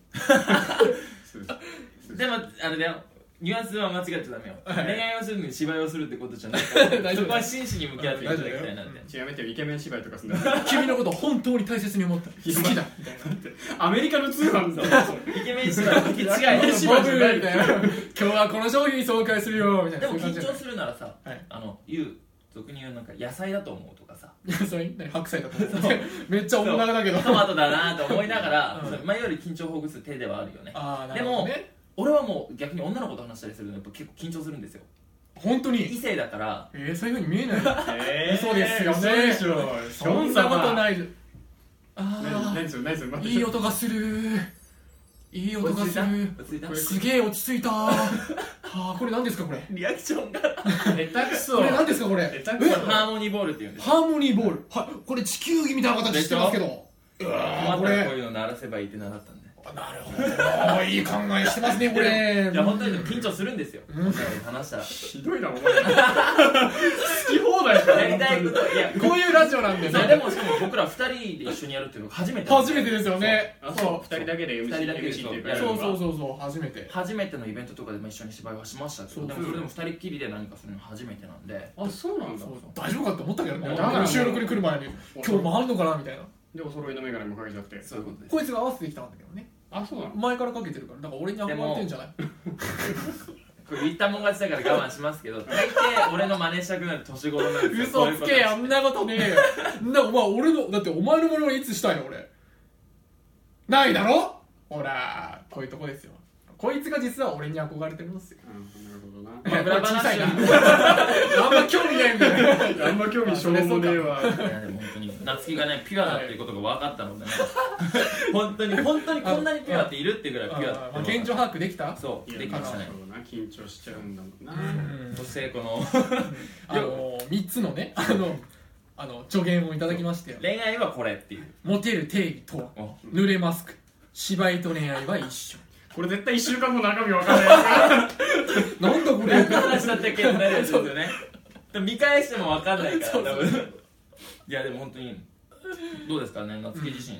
[SPEAKER 2] でもあれだよニュアンスは間違っちゃダメよ、
[SPEAKER 1] はい
[SPEAKER 2] 恋愛をするのに芝居をするってことじゃないから
[SPEAKER 1] 大丈夫
[SPEAKER 2] そこは真摯に向き合っていただきたいなって
[SPEAKER 3] ちやめてよイケメン芝居とかすんだ
[SPEAKER 1] 君のこと本当に大切に思った好きだみたいな
[SPEAKER 3] アメリカの通販だ
[SPEAKER 2] イケメン芝居は違
[SPEAKER 1] 僕
[SPEAKER 2] い
[SPEAKER 1] みたいな今日はこの商品紹介するよみたい
[SPEAKER 2] で
[SPEAKER 1] なそう
[SPEAKER 2] も
[SPEAKER 1] いう感じ
[SPEAKER 2] 緊
[SPEAKER 1] じゃ
[SPEAKER 2] 張するならさ、
[SPEAKER 1] はい
[SPEAKER 2] あの言う俗に言うなんか野菜だと思うとかさ
[SPEAKER 1] ないそれ何白菜だと思ってめっちゃ女長だけど
[SPEAKER 2] トマトだなと思いながら、
[SPEAKER 1] うん
[SPEAKER 2] 前より緊張をほぐす手ではあるよね
[SPEAKER 1] ああな
[SPEAKER 2] で
[SPEAKER 1] るほど
[SPEAKER 2] も
[SPEAKER 1] ね
[SPEAKER 2] 俺はもう逆に女の子と話したりするのやっぱ結構緊張するんですよ
[SPEAKER 1] 本当
[SPEAKER 2] 異
[SPEAKER 1] に
[SPEAKER 2] 性だから
[SPEAKER 1] えーそういう風に見えない
[SPEAKER 3] え
[SPEAKER 1] 嘘ですよね
[SPEAKER 3] 嘘でしょショ
[SPEAKER 1] そ
[SPEAKER 3] ン
[SPEAKER 1] んな
[SPEAKER 3] 様
[SPEAKER 1] ことない
[SPEAKER 3] 何
[SPEAKER 1] あ
[SPEAKER 3] 何それ何それ
[SPEAKER 1] あ
[SPEAKER 3] 待って
[SPEAKER 1] いい音がするいい音がする
[SPEAKER 2] 落ち着いた
[SPEAKER 1] すげえ落ち着いたはあこれ何ですかこれ
[SPEAKER 2] リアクションが
[SPEAKER 3] 下手くそ
[SPEAKER 1] これ何ですかこれ
[SPEAKER 3] 下手くそ
[SPEAKER 1] え
[SPEAKER 2] ハーモニーボールっていうんです
[SPEAKER 1] ハーモニーボールはいこれ地球儀みたいな形してますけどうわー
[SPEAKER 2] 困っ
[SPEAKER 1] こ
[SPEAKER 2] たらこ
[SPEAKER 1] れ
[SPEAKER 2] ういうの鳴らせばいいって習ったんで
[SPEAKER 1] なるほどいい考えしてますねこれ
[SPEAKER 2] いや本当にでも緊張するんですよ女の子と話したら
[SPEAKER 3] ひどいなお前好き放題だ
[SPEAKER 2] やりたいこといや
[SPEAKER 1] こういうラジオなんで
[SPEAKER 2] そう
[SPEAKER 1] ね
[SPEAKER 2] でもしかも僕ら二人で一緒にやるっていうのが初めて
[SPEAKER 1] 初めてですよね
[SPEAKER 3] あ
[SPEAKER 1] そ
[SPEAKER 3] そう二人だけで MC
[SPEAKER 2] 二人だけで
[SPEAKER 3] MC っていうか
[SPEAKER 2] やる
[SPEAKER 1] そ
[SPEAKER 2] の
[SPEAKER 1] うそう
[SPEAKER 3] う
[SPEAKER 1] そうそう初めて
[SPEAKER 2] 初めてのイベントとかでも一緒に芝居はしましたけ
[SPEAKER 1] そ
[SPEAKER 2] ど
[SPEAKER 1] う
[SPEAKER 2] でもそれでも二人きりで何かするの初めてなんで
[SPEAKER 3] あそうなんだ
[SPEAKER 1] そう大丈夫かって思ったけどね
[SPEAKER 3] だから
[SPEAKER 1] 収録に来る前に今日回るのかなみたいな
[SPEAKER 3] でお揃いの眼鏡もかけちゃって
[SPEAKER 2] そういうことです
[SPEAKER 1] こいつが合わせてきたんだけどね
[SPEAKER 3] あそうなの
[SPEAKER 1] 前からかけてるからだから俺に憧れてんじゃない
[SPEAKER 2] これ言ったもん勝ちだから我慢しますけど大抵俺の真似したくなる年頃なんですよ
[SPEAKER 1] 嘘つけやんなことねえよなお前俺のだってお前のものいつしたいの俺ないだろほらこういうとこですよこいつが実は俺に憧れてるんですよ
[SPEAKER 3] うんなる
[SPEAKER 2] まあ裏話
[SPEAKER 1] 小さいなあんま興味ないん だよ
[SPEAKER 3] ほどな あんま興味しょうもねえわ
[SPEAKER 2] いやでも本当に夏希がねピュアだっていうことが分かったの でね本当に本当にこんなにピュアっているっていうぐらいピュアって
[SPEAKER 1] あ現状把握できた
[SPEAKER 2] そうでき
[SPEAKER 3] いや
[SPEAKER 2] ましたね
[SPEAKER 3] そうだな緊張しちゃうんだもんな
[SPEAKER 2] そしてこの
[SPEAKER 1] あの3つのねあのあの助言をいただきまして
[SPEAKER 2] 恋愛はこれっていう
[SPEAKER 1] モテる定義とは
[SPEAKER 2] お
[SPEAKER 1] 濡れマスク芝居と恋愛は一緒
[SPEAKER 3] これ絶対1週間も中身わかんないや
[SPEAKER 1] なんだこれ
[SPEAKER 2] 何の話だったっけってなるやつですよねでも見返しても分かんないから多分いやでも本当にどうですかね夏希自身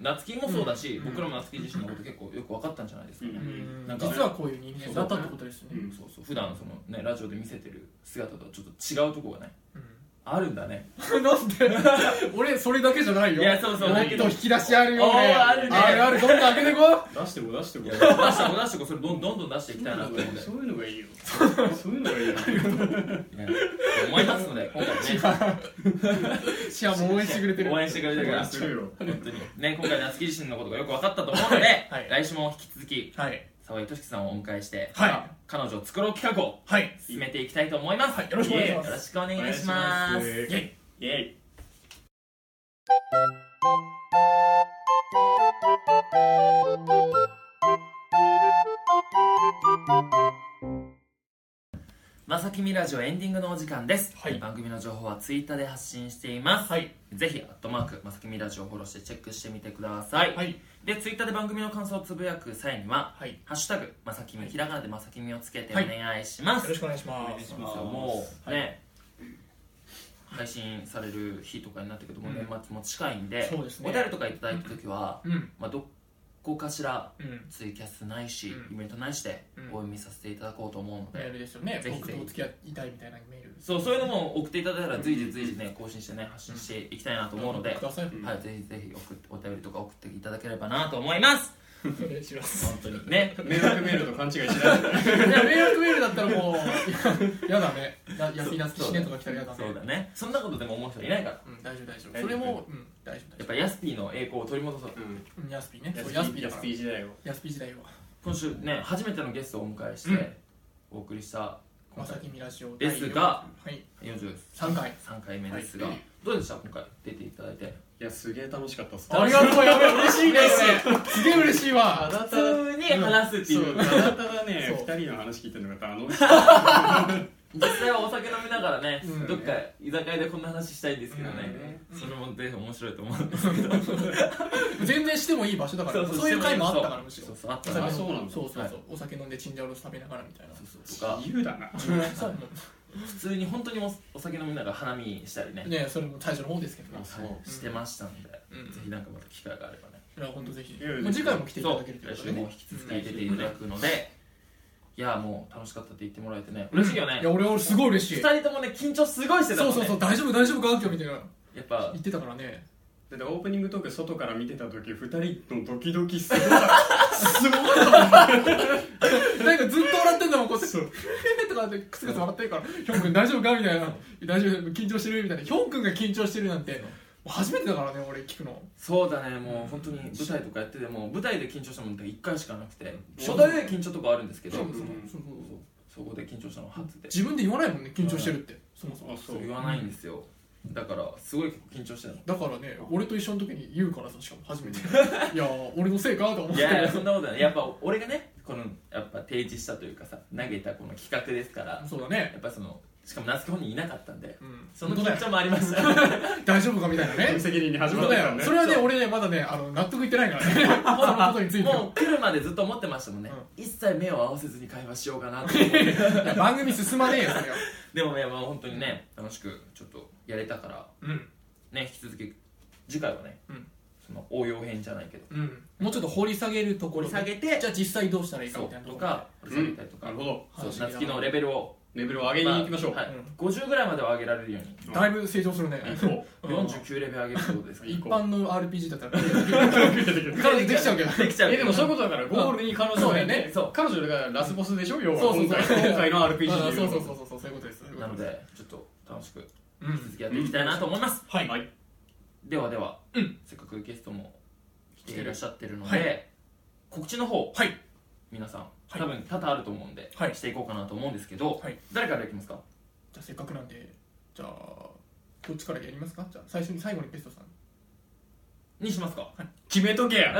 [SPEAKER 2] 夏希もそうだし
[SPEAKER 1] うん
[SPEAKER 2] 僕らも夏希自身のこと結構よく分かったんじゃないですかね
[SPEAKER 3] う
[SPEAKER 1] うん
[SPEAKER 2] なんか
[SPEAKER 1] 実はこういう人間だったってことですね
[SPEAKER 3] うん
[SPEAKER 2] そうそう普段そのねラジオで見せてる姿とはちょっと違うところがね
[SPEAKER 1] うん
[SPEAKER 2] あるんだね
[SPEAKER 1] なんで 俺それだけじゃないよ
[SPEAKER 2] いやそうそう
[SPEAKER 1] もっと引き出しあるよ
[SPEAKER 2] お
[SPEAKER 1] ね
[SPEAKER 2] ーあるね
[SPEAKER 1] あるあるどんどん開けてこう
[SPEAKER 3] つ出しても出しても
[SPEAKER 2] 出してこ出してこそれどんどんどん出していきたいなと思うんで
[SPEAKER 3] そういうのがいいよそういうのがいいよ
[SPEAKER 2] 思いますので今回ね
[SPEAKER 1] シアも応援 してくれてる
[SPEAKER 2] 応援してくれてるから
[SPEAKER 3] するよ
[SPEAKER 2] 本当にね今回夏希自身のことがよく分かったと思うので、
[SPEAKER 1] はいはい
[SPEAKER 2] 来週も引き続き
[SPEAKER 1] はい
[SPEAKER 2] 沢井俊樹さんをお迎えして、
[SPEAKER 1] はい
[SPEAKER 2] 彼女を作ろう企画を
[SPEAKER 1] はい
[SPEAKER 2] 進めていきたいと思います、
[SPEAKER 1] はいよろしくお願いします
[SPEAKER 2] よろしくお願いします
[SPEAKER 3] イ
[SPEAKER 1] イェイ
[SPEAKER 3] イエイ
[SPEAKER 2] まさきみラジオエンディングのお時間です、
[SPEAKER 1] はい
[SPEAKER 2] 番組の情報はツイッターで発信しています、
[SPEAKER 1] はい
[SPEAKER 2] ぜひアットマークまさきみラジオをフォローしてチェックしてみてください、
[SPEAKER 1] はい
[SPEAKER 2] でツイッターで番組の感想をつぶやく際には
[SPEAKER 1] はい
[SPEAKER 2] 「ハッシュタグまさきみ」ひらがなでまさきみをつけてお
[SPEAKER 1] はい
[SPEAKER 2] 願いします、
[SPEAKER 1] よろしくお願いし
[SPEAKER 3] お
[SPEAKER 1] ま
[SPEAKER 3] 願いし
[SPEAKER 1] す
[SPEAKER 3] ま
[SPEAKER 2] もうね、配信される日とかになってくるともう年末も近いんで,、
[SPEAKER 1] そうですね
[SPEAKER 2] お便りとかいただいた時は、
[SPEAKER 1] うん
[SPEAKER 2] まあ、どこかしら
[SPEAKER 1] うん
[SPEAKER 2] ツイキャスないし、
[SPEAKER 1] うん
[SPEAKER 2] イベントないしで
[SPEAKER 1] うん
[SPEAKER 2] お読みさせていただこうと思うの
[SPEAKER 1] メ
[SPEAKER 2] で、
[SPEAKER 1] ールですよね
[SPEAKER 2] ぜひ
[SPEAKER 1] 僕
[SPEAKER 2] ぜひ
[SPEAKER 1] とお付き合いたいみたいなメール
[SPEAKER 2] そうそういうのも送っていただいたら随時随時ね更新してね発信していきたいなと思うので、
[SPEAKER 1] ください
[SPEAKER 2] はい、ぜひぜひ送ってお便りとか送っていただければなと思います
[SPEAKER 1] お願いします
[SPEAKER 2] 本当に ね
[SPEAKER 3] 迷惑メールと勘違いしないで
[SPEAKER 1] いや迷惑メールだったらもうい ややだねな焼きなすき死ねとか来たらやだね
[SPEAKER 2] そうだねそんなことでも思う人いないから
[SPEAKER 1] うん大丈夫大丈夫それもうん大丈夫大
[SPEAKER 2] やっ
[SPEAKER 1] 丈
[SPEAKER 2] ぱヤスピーの栄光を取り戻そう
[SPEAKER 3] うん
[SPEAKER 1] 夫うんヤスピーねそう
[SPEAKER 3] ヤ
[SPEAKER 1] ヤス
[SPEAKER 3] スピ
[SPEAKER 1] ピー
[SPEAKER 3] ー
[SPEAKER 1] だ
[SPEAKER 3] ヤ
[SPEAKER 1] か
[SPEAKER 3] ス
[SPEAKER 1] ら
[SPEAKER 3] ピー時代を
[SPEAKER 1] ヤスピー時代は
[SPEAKER 2] 今週ね初めてのゲストをお迎えしてお送りした
[SPEAKER 1] ま
[SPEAKER 2] 今
[SPEAKER 1] さ
[SPEAKER 2] 回
[SPEAKER 1] きみラジオ
[SPEAKER 2] ですが
[SPEAKER 1] はい
[SPEAKER 2] 43
[SPEAKER 1] 3回
[SPEAKER 2] 3回目ですがどうでした今回出ていただいて
[SPEAKER 3] いやすげえ楽しかったっす
[SPEAKER 1] ありがとうやべえ嬉しいねすげえ嬉しい
[SPEAKER 3] た
[SPEAKER 1] わ
[SPEAKER 3] だただ
[SPEAKER 2] 普通に話すってい
[SPEAKER 3] そう
[SPEAKER 2] う
[SPEAKER 3] ただただね
[SPEAKER 1] そう
[SPEAKER 3] 2人の話聞いてるのが楽しい
[SPEAKER 2] 実際はお酒飲みながらね
[SPEAKER 1] うん
[SPEAKER 2] どっか居酒屋でこんな話したいんですけどね
[SPEAKER 3] う
[SPEAKER 2] それもぜひ面白いと思うんで
[SPEAKER 1] 全然してもいい場所だからそういう回もあったからむしろ
[SPEAKER 2] そうそうあっ
[SPEAKER 1] お
[SPEAKER 2] た
[SPEAKER 1] 酒
[SPEAKER 2] か
[SPEAKER 1] 飲
[SPEAKER 2] ら
[SPEAKER 1] んで
[SPEAKER 3] あそうなんだ
[SPEAKER 1] そうそうそう
[SPEAKER 2] は
[SPEAKER 1] お酒飲んでチンジャオロース食べながらみたいな
[SPEAKER 2] そうそうとか
[SPEAKER 3] 自由だな
[SPEAKER 1] そう
[SPEAKER 2] 普通に本当におお酒飲みながら花見したりね
[SPEAKER 1] ねそれも最初の方ですけどね
[SPEAKER 3] あそう
[SPEAKER 2] はいしてましたんで
[SPEAKER 1] うん
[SPEAKER 2] ぜひなんかまた機会があればね
[SPEAKER 1] いや本当ぜひ
[SPEAKER 3] いやいや
[SPEAKER 1] もう次回も来ていただけるとい
[SPEAKER 2] そ
[SPEAKER 1] ううこ
[SPEAKER 2] 来週
[SPEAKER 1] とで
[SPEAKER 2] も
[SPEAKER 1] ね
[SPEAKER 2] 引き続き出ていただくのでいやもう楽しかったって言ってもらえてね嬉しいよね
[SPEAKER 1] いや俺俺すごい嬉し
[SPEAKER 2] 二
[SPEAKER 1] い
[SPEAKER 2] 人ともね緊張すごいしてた
[SPEAKER 1] そ
[SPEAKER 2] も
[SPEAKER 1] うん
[SPEAKER 2] ね
[SPEAKER 1] そうそう大丈夫大丈夫か今日みたいな
[SPEAKER 2] やっぱ
[SPEAKER 1] 言ってたからね
[SPEAKER 3] だってオープニングトーク外から見てた時二人のドキドキすごい
[SPEAKER 1] すごかったもんなんかずっと笑ってんだもんこうやって とかってクスクス笑ってるからヒョン君大丈夫かみたいな大丈夫緊張してるみたいなヒョン君が緊張してるなんてもう初めてだからね俺聞くの
[SPEAKER 2] そうだねもう本当に舞台とかやってても舞台で緊張したものって1回しかなくて初代で緊張とかあるんですけど
[SPEAKER 1] そう
[SPEAKER 2] そ
[SPEAKER 1] そうそう
[SPEAKER 2] うそこで緊張したの初で
[SPEAKER 1] 自分で言わないもんね緊張してるってそもそも
[SPEAKER 3] あそ
[SPEAKER 2] そう
[SPEAKER 3] う
[SPEAKER 2] 言わないんですよだからすごい緊張してたの
[SPEAKER 1] だからね俺と一緒の時に言うからさしかも初めていやー俺のせいかと思っ
[SPEAKER 2] い
[SPEAKER 1] て
[SPEAKER 2] やいやそんなことないやっぱ俺がねこのやっぱ提示したというかさ投げたこの企画ですから
[SPEAKER 1] そうだね
[SPEAKER 2] やっぱそのしかも夏希本人いなかったんで
[SPEAKER 1] うん
[SPEAKER 2] その
[SPEAKER 1] 本当だ
[SPEAKER 2] 緊
[SPEAKER 1] よ
[SPEAKER 2] 張もありました
[SPEAKER 1] 大丈夫かみたいなね
[SPEAKER 3] 無責任に始ま
[SPEAKER 1] そ
[SPEAKER 3] っ
[SPEAKER 1] う
[SPEAKER 3] た
[SPEAKER 1] だ
[SPEAKER 3] から
[SPEAKER 1] よ
[SPEAKER 3] ね
[SPEAKER 1] それはね俺ねまだねあの納得いってないから ねそのことについて
[SPEAKER 2] もう来るまでずっと思ってましたもんね、一切目を合わせずに会話しようかなと思って
[SPEAKER 1] いや番組進まねえよそれは
[SPEAKER 2] でもねまあ本当にね楽しくちょっとやれたから
[SPEAKER 1] うん
[SPEAKER 2] ね引き続き次回はね、
[SPEAKER 1] うん
[SPEAKER 2] その応用編じゃないけど
[SPEAKER 1] うんもうちょっと掘り下げるところで
[SPEAKER 2] 掘り下げて
[SPEAKER 1] じゃあ実際どうしたらいいか
[SPEAKER 2] そ
[SPEAKER 1] み
[SPEAKER 2] う
[SPEAKER 1] たいな
[SPEAKER 2] と
[SPEAKER 1] とこ
[SPEAKER 2] か掘り下げたりと
[SPEAKER 3] な
[SPEAKER 2] か、
[SPEAKER 3] るほど
[SPEAKER 1] ろで
[SPEAKER 2] そう夏希のレベルを
[SPEAKER 3] レベルを上げに行きましょう、
[SPEAKER 2] まあはい
[SPEAKER 1] うん
[SPEAKER 2] 50ぐらいまでは上げられるように
[SPEAKER 1] だいぶ成長するね
[SPEAKER 3] 行こ
[SPEAKER 1] うん
[SPEAKER 2] 49レベル上げるってことですか
[SPEAKER 3] いい
[SPEAKER 1] 一
[SPEAKER 3] 子
[SPEAKER 1] 般の RPG だったら
[SPEAKER 3] う
[SPEAKER 1] 彼女できちゃうけど
[SPEAKER 2] できちゃう
[SPEAKER 3] えでもそういうことだからゴールに彼女がいて
[SPEAKER 2] そう
[SPEAKER 3] 彼女がラスボスでしょ要は
[SPEAKER 1] そうそうそ
[SPEAKER 3] 今
[SPEAKER 1] う
[SPEAKER 3] 回今回の RPG で
[SPEAKER 1] あー
[SPEAKER 3] い
[SPEAKER 1] そうう
[SPEAKER 3] の
[SPEAKER 1] そうそうそうそうそういうことです
[SPEAKER 2] なのでちょっと楽しく
[SPEAKER 1] う
[SPEAKER 2] 引き続
[SPEAKER 1] ん
[SPEAKER 2] きやっていきたいなと思います、
[SPEAKER 1] は
[SPEAKER 3] はいい
[SPEAKER 2] ではでは、
[SPEAKER 1] うん
[SPEAKER 2] せっかくゲストも来
[SPEAKER 1] 来
[SPEAKER 2] て
[SPEAKER 1] て
[SPEAKER 2] い
[SPEAKER 1] る
[SPEAKER 2] らっしゃってるので、
[SPEAKER 1] は
[SPEAKER 2] 告知の方
[SPEAKER 1] はい
[SPEAKER 2] 皆さん
[SPEAKER 1] はい
[SPEAKER 2] 多分多々あると思うんで、
[SPEAKER 1] はい
[SPEAKER 2] していこうかなと思うんですけど、
[SPEAKER 1] はい
[SPEAKER 2] 誰からいきますか
[SPEAKER 1] じゃあせっかくなんでじゃあこっちからやりますかじゃあ最初に最後にペストさん
[SPEAKER 2] にしますか
[SPEAKER 3] 決めとけや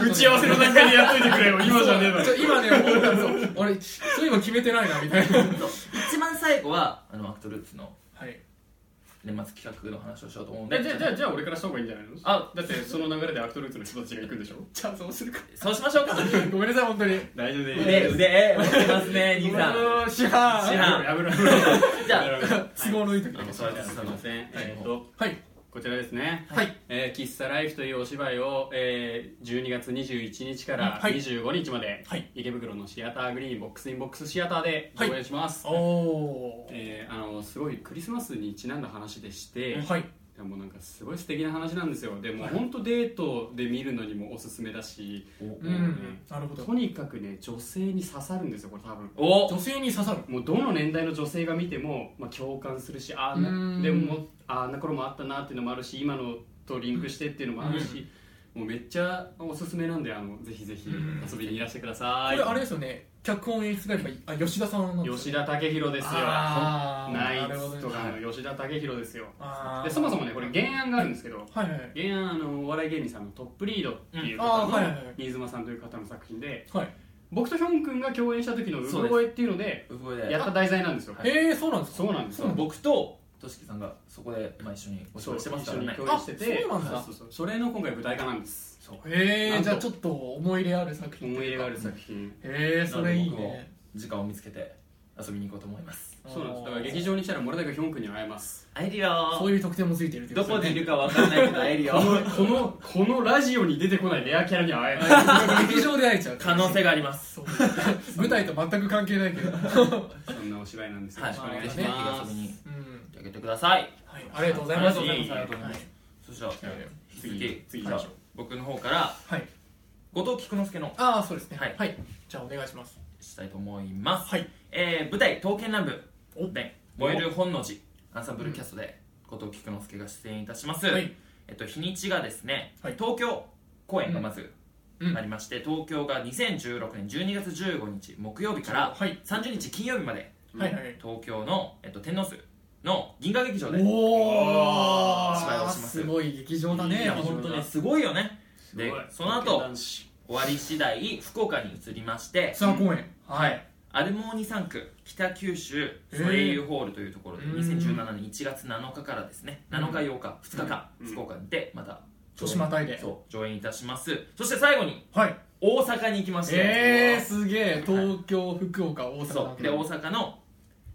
[SPEAKER 3] 打ち合わせの段階でやっといてくれよ今じゃねえだろ
[SPEAKER 1] ちょ今ね思ったんですよ俺そういえば決めてないなみたいな
[SPEAKER 2] 一番最後はあのアクトルーツの
[SPEAKER 1] はい
[SPEAKER 2] 年末企画の話をしようと思うんで
[SPEAKER 3] えじゃあじゃあじゃあ俺からした方がいいんじゃないの
[SPEAKER 2] あ
[SPEAKER 3] だってその流れでアクトルーツの人たちが行くんでしょ
[SPEAKER 1] じゃあそうするか
[SPEAKER 2] そうしましょう か
[SPEAKER 1] ごめんなさい本当に
[SPEAKER 3] 大丈夫です
[SPEAKER 2] 腕腕持ってますね兄 さん
[SPEAKER 1] ん知
[SPEAKER 2] 知
[SPEAKER 1] らん
[SPEAKER 2] らん
[SPEAKER 3] やめろやめろやめろ
[SPEAKER 2] じゃあ
[SPEAKER 1] 都合のいい時
[SPEAKER 2] あの
[SPEAKER 1] に
[SPEAKER 2] そうやって
[SPEAKER 3] す
[SPEAKER 2] そ
[SPEAKER 3] い
[SPEAKER 2] の
[SPEAKER 3] ませんえっと
[SPEAKER 1] はい
[SPEAKER 3] こちらですね
[SPEAKER 1] はい
[SPEAKER 3] えー喫茶ライフというお芝居を、えー12月21日から
[SPEAKER 1] はい
[SPEAKER 3] 25日まで、
[SPEAKER 1] はい
[SPEAKER 3] 池袋のシアターグリーンボックスインボックスシアターで
[SPEAKER 1] はい
[SPEAKER 3] 上演します、
[SPEAKER 1] おお
[SPEAKER 3] えーあのすごいクリスマスにちなんだ話でして、い
[SPEAKER 1] はい
[SPEAKER 3] やもうなんかすごい素敵な話なんですよでもう本当デートで見るのにもおすすめだし
[SPEAKER 1] うんなるほ
[SPEAKER 3] と
[SPEAKER 1] ど
[SPEAKER 3] にかくね女性に刺さるんですよこれ多分
[SPEAKER 2] お
[SPEAKER 1] 女性に刺さる
[SPEAKER 3] もうどの年代の女性が見ても、まあ、共感するしああ
[SPEAKER 1] うー
[SPEAKER 3] なんでもああんな頃もあったなっていうのもあるし今のとリンクしてっていうのもあるし、もうめっちゃおすすめなんであのぜひぜひ
[SPEAKER 1] うん
[SPEAKER 3] 遊びにいらしてくだ
[SPEAKER 1] こ
[SPEAKER 3] さい、
[SPEAKER 1] れあれですよね脚本演出がやっぱあ吉田さんなんです
[SPEAKER 3] 吉
[SPEAKER 1] よ
[SPEAKER 3] 田武宏ですよ
[SPEAKER 1] あー
[SPEAKER 3] ナイ
[SPEAKER 1] なるほど
[SPEAKER 3] ツ
[SPEAKER 1] ね
[SPEAKER 3] とかの吉田武宏ですよ
[SPEAKER 1] あー
[SPEAKER 3] でそもそもねこれ原案があるんですけど、
[SPEAKER 1] はいはい
[SPEAKER 3] 原案あのお笑い芸人さんのトップリードっていう
[SPEAKER 1] うんあ
[SPEAKER 3] 方
[SPEAKER 1] ー
[SPEAKER 3] の
[SPEAKER 1] はいはいはい
[SPEAKER 3] 新妻さんという方の作品で
[SPEAKER 1] はい
[SPEAKER 3] 僕とヒョン君が共演した時の産声っていうので
[SPEAKER 2] うご
[SPEAKER 3] やった題材なんですよ
[SPEAKER 2] はい
[SPEAKER 1] えーそうなんですか
[SPEAKER 3] そうなんですよ
[SPEAKER 2] 僕ととしきさんがそこで、まあ、一緒にお仕
[SPEAKER 3] そう
[SPEAKER 2] 事してますから
[SPEAKER 3] 一緒
[SPEAKER 2] ね
[SPEAKER 3] に共演してて
[SPEAKER 1] あそうなんだ
[SPEAKER 3] そうそうそれの今回舞台化なんです
[SPEAKER 2] そう
[SPEAKER 1] えー
[SPEAKER 3] なんと
[SPEAKER 1] じゃあちょっと思い入れある作品
[SPEAKER 3] 思い入れがある作品
[SPEAKER 1] えーそれいいね
[SPEAKER 2] 時間を見つけて遊びに行こうと思います
[SPEAKER 3] そうなんですだから
[SPEAKER 1] あ
[SPEAKER 3] 劇
[SPEAKER 1] ー
[SPEAKER 3] 場にしたらもれなくヒョン君に会えます
[SPEAKER 2] 会えるよ
[SPEAKER 1] そういう特典もついてるって
[SPEAKER 2] ど
[SPEAKER 1] と
[SPEAKER 2] こ
[SPEAKER 1] す
[SPEAKER 2] で
[SPEAKER 1] ね
[SPEAKER 2] いるかわかんないけど会えるよ
[SPEAKER 3] このこのこのラジオに出てこないレアキャラには会え ない
[SPEAKER 1] 劇場で会えちゃう
[SPEAKER 2] 可能性があります
[SPEAKER 1] そう舞台と全く関係ないけど
[SPEAKER 3] そんなお芝居なんですよ
[SPEAKER 2] は
[SPEAKER 3] ろ
[SPEAKER 2] い
[SPEAKER 3] しくお願い
[SPEAKER 2] ぜ
[SPEAKER 3] し
[SPEAKER 2] ひね
[SPEAKER 3] ま
[SPEAKER 2] 遊び
[SPEAKER 3] す
[SPEAKER 1] う
[SPEAKER 2] に
[SPEAKER 1] ん
[SPEAKER 2] 行ってあげてください
[SPEAKER 1] はいありがとうございます
[SPEAKER 2] ありがとうございますありがとうござい
[SPEAKER 1] は
[SPEAKER 2] ま
[SPEAKER 1] い
[SPEAKER 2] すそしたら引き続き
[SPEAKER 3] 次
[SPEAKER 2] じゃあ僕の方から
[SPEAKER 1] はい
[SPEAKER 2] 後藤菊之助の
[SPEAKER 1] ああそうですね
[SPEAKER 2] はい
[SPEAKER 1] はいじゃあお願いします
[SPEAKER 2] したいと思います、
[SPEAKER 1] はい
[SPEAKER 2] えー舞台「刀剣乱舞」
[SPEAKER 1] お
[SPEAKER 2] で燃える本能寺アンサンブルキャストで後藤菊之助が出演いたします、
[SPEAKER 1] はい
[SPEAKER 2] えっと、日にちがですね、
[SPEAKER 1] はい
[SPEAKER 2] 東京公演がまず
[SPEAKER 1] うん
[SPEAKER 2] ありまして、東京が2016年12月15日木曜日から
[SPEAKER 1] はい
[SPEAKER 2] 30日金曜日まで
[SPEAKER 1] はいはいはい
[SPEAKER 2] 東京の、えっと、天王洲の銀河劇場で
[SPEAKER 1] お
[SPEAKER 2] 芝居をしま
[SPEAKER 1] ー
[SPEAKER 2] す
[SPEAKER 1] すごい劇場だ
[SPEAKER 3] い
[SPEAKER 1] ね
[SPEAKER 3] や
[SPEAKER 2] いや本当
[SPEAKER 3] 劇場
[SPEAKER 2] に
[SPEAKER 3] だ
[SPEAKER 2] すごいよね
[SPEAKER 3] ごい
[SPEAKER 2] でその後
[SPEAKER 3] 男子
[SPEAKER 2] 終わり次第福岡に移りまして
[SPEAKER 1] ツアー公演
[SPEAKER 2] はい、アルモーニ3区北九州
[SPEAKER 1] え
[SPEAKER 2] ソ
[SPEAKER 1] ー
[SPEAKER 2] レイユホールというところで
[SPEAKER 1] うん
[SPEAKER 2] 2017年1月7日からですね7日8日2日間
[SPEAKER 3] うん
[SPEAKER 2] 福岡でまた
[SPEAKER 1] 年またいで
[SPEAKER 2] そう上演いたしますそして最後に
[SPEAKER 1] はい
[SPEAKER 2] 大阪に行きまして
[SPEAKER 1] えーすげえ東京福岡大阪
[SPEAKER 2] そうで大阪の、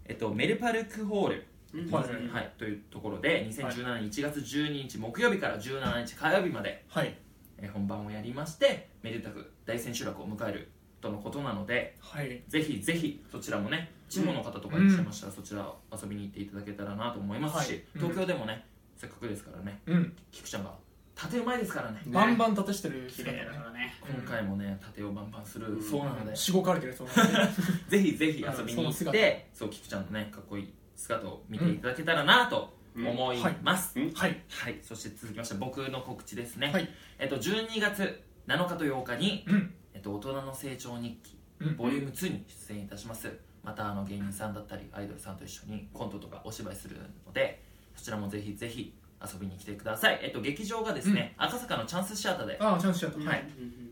[SPEAKER 2] えっと、メルパルクホール、
[SPEAKER 3] うん
[SPEAKER 1] はい
[SPEAKER 2] はい、というところで2017年1月12日木曜日から17日火曜日まで、
[SPEAKER 1] はい
[SPEAKER 2] えー本番をやりましてめでたく大千秋楽を迎えるとのことなので
[SPEAKER 1] はい
[SPEAKER 2] ぜひぜひそちらもね地方の方とかいらっしゃいましたら、そちら遊びに行っていただけたらなと思いますし、
[SPEAKER 1] はいうん
[SPEAKER 2] 東京でもねせっかくですからね
[SPEAKER 1] うん
[SPEAKER 2] 菊ちゃんが縦うまいですからね
[SPEAKER 1] バンバン立てしてる
[SPEAKER 3] 綺麗だからね
[SPEAKER 2] 今回もね縦をバンバンするそうなので、
[SPEAKER 1] しごかれてるそうなんで
[SPEAKER 2] ぜひぜひ遊びに行
[SPEAKER 1] うんそ
[SPEAKER 2] っ
[SPEAKER 1] の姿
[SPEAKER 2] てそう菊ちゃんのねかっこいい姿を見ていただけたらなと思います、
[SPEAKER 3] うん
[SPEAKER 1] はい
[SPEAKER 2] はい、そして続きまして僕の告知ですね、
[SPEAKER 1] はい
[SPEAKER 2] えっと、12月7日と8日に、
[SPEAKER 1] うん
[SPEAKER 2] えっと、大人の成長日記
[SPEAKER 1] うん
[SPEAKER 2] ボリューム2に出演いたしますまたあの芸人さんだったりアイドルさんと一緒にコントとかお芝居するのでそちらもぜひぜひ遊びに来てください、えっと、劇場がですね、赤坂のチャンスシアターで、
[SPEAKER 1] ああチャンスしちゃった
[SPEAKER 3] うん
[SPEAKER 1] はい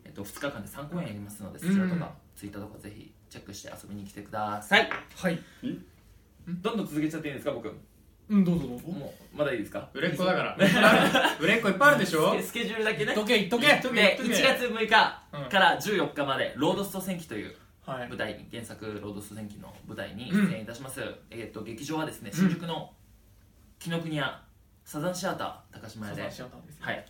[SPEAKER 2] えっと、2日間で3公演やりますのでそちらとか、ツイッターとかぜひチェックして遊びに来てください
[SPEAKER 1] はい
[SPEAKER 2] どんどん続けちゃっていいんですか僕
[SPEAKER 1] うんどうぞどうぞ
[SPEAKER 2] もうまだいいですか
[SPEAKER 3] 売れっ子だから 売れっ子いっぱいあるでしょ
[SPEAKER 2] スケスケジュールだけね
[SPEAKER 1] どけいっとけ
[SPEAKER 3] 言っとけ
[SPEAKER 2] で1月6日か
[SPEAKER 1] うん
[SPEAKER 2] ら14日まで「ロードスト戦記」という
[SPEAKER 1] はい
[SPEAKER 2] 舞台に原作「ロードスト戦記」の舞台に出演いたします、えっと劇場はですね新宿の紀ノ国屋サザンシアター高島屋で
[SPEAKER 1] シアターです
[SPEAKER 2] はい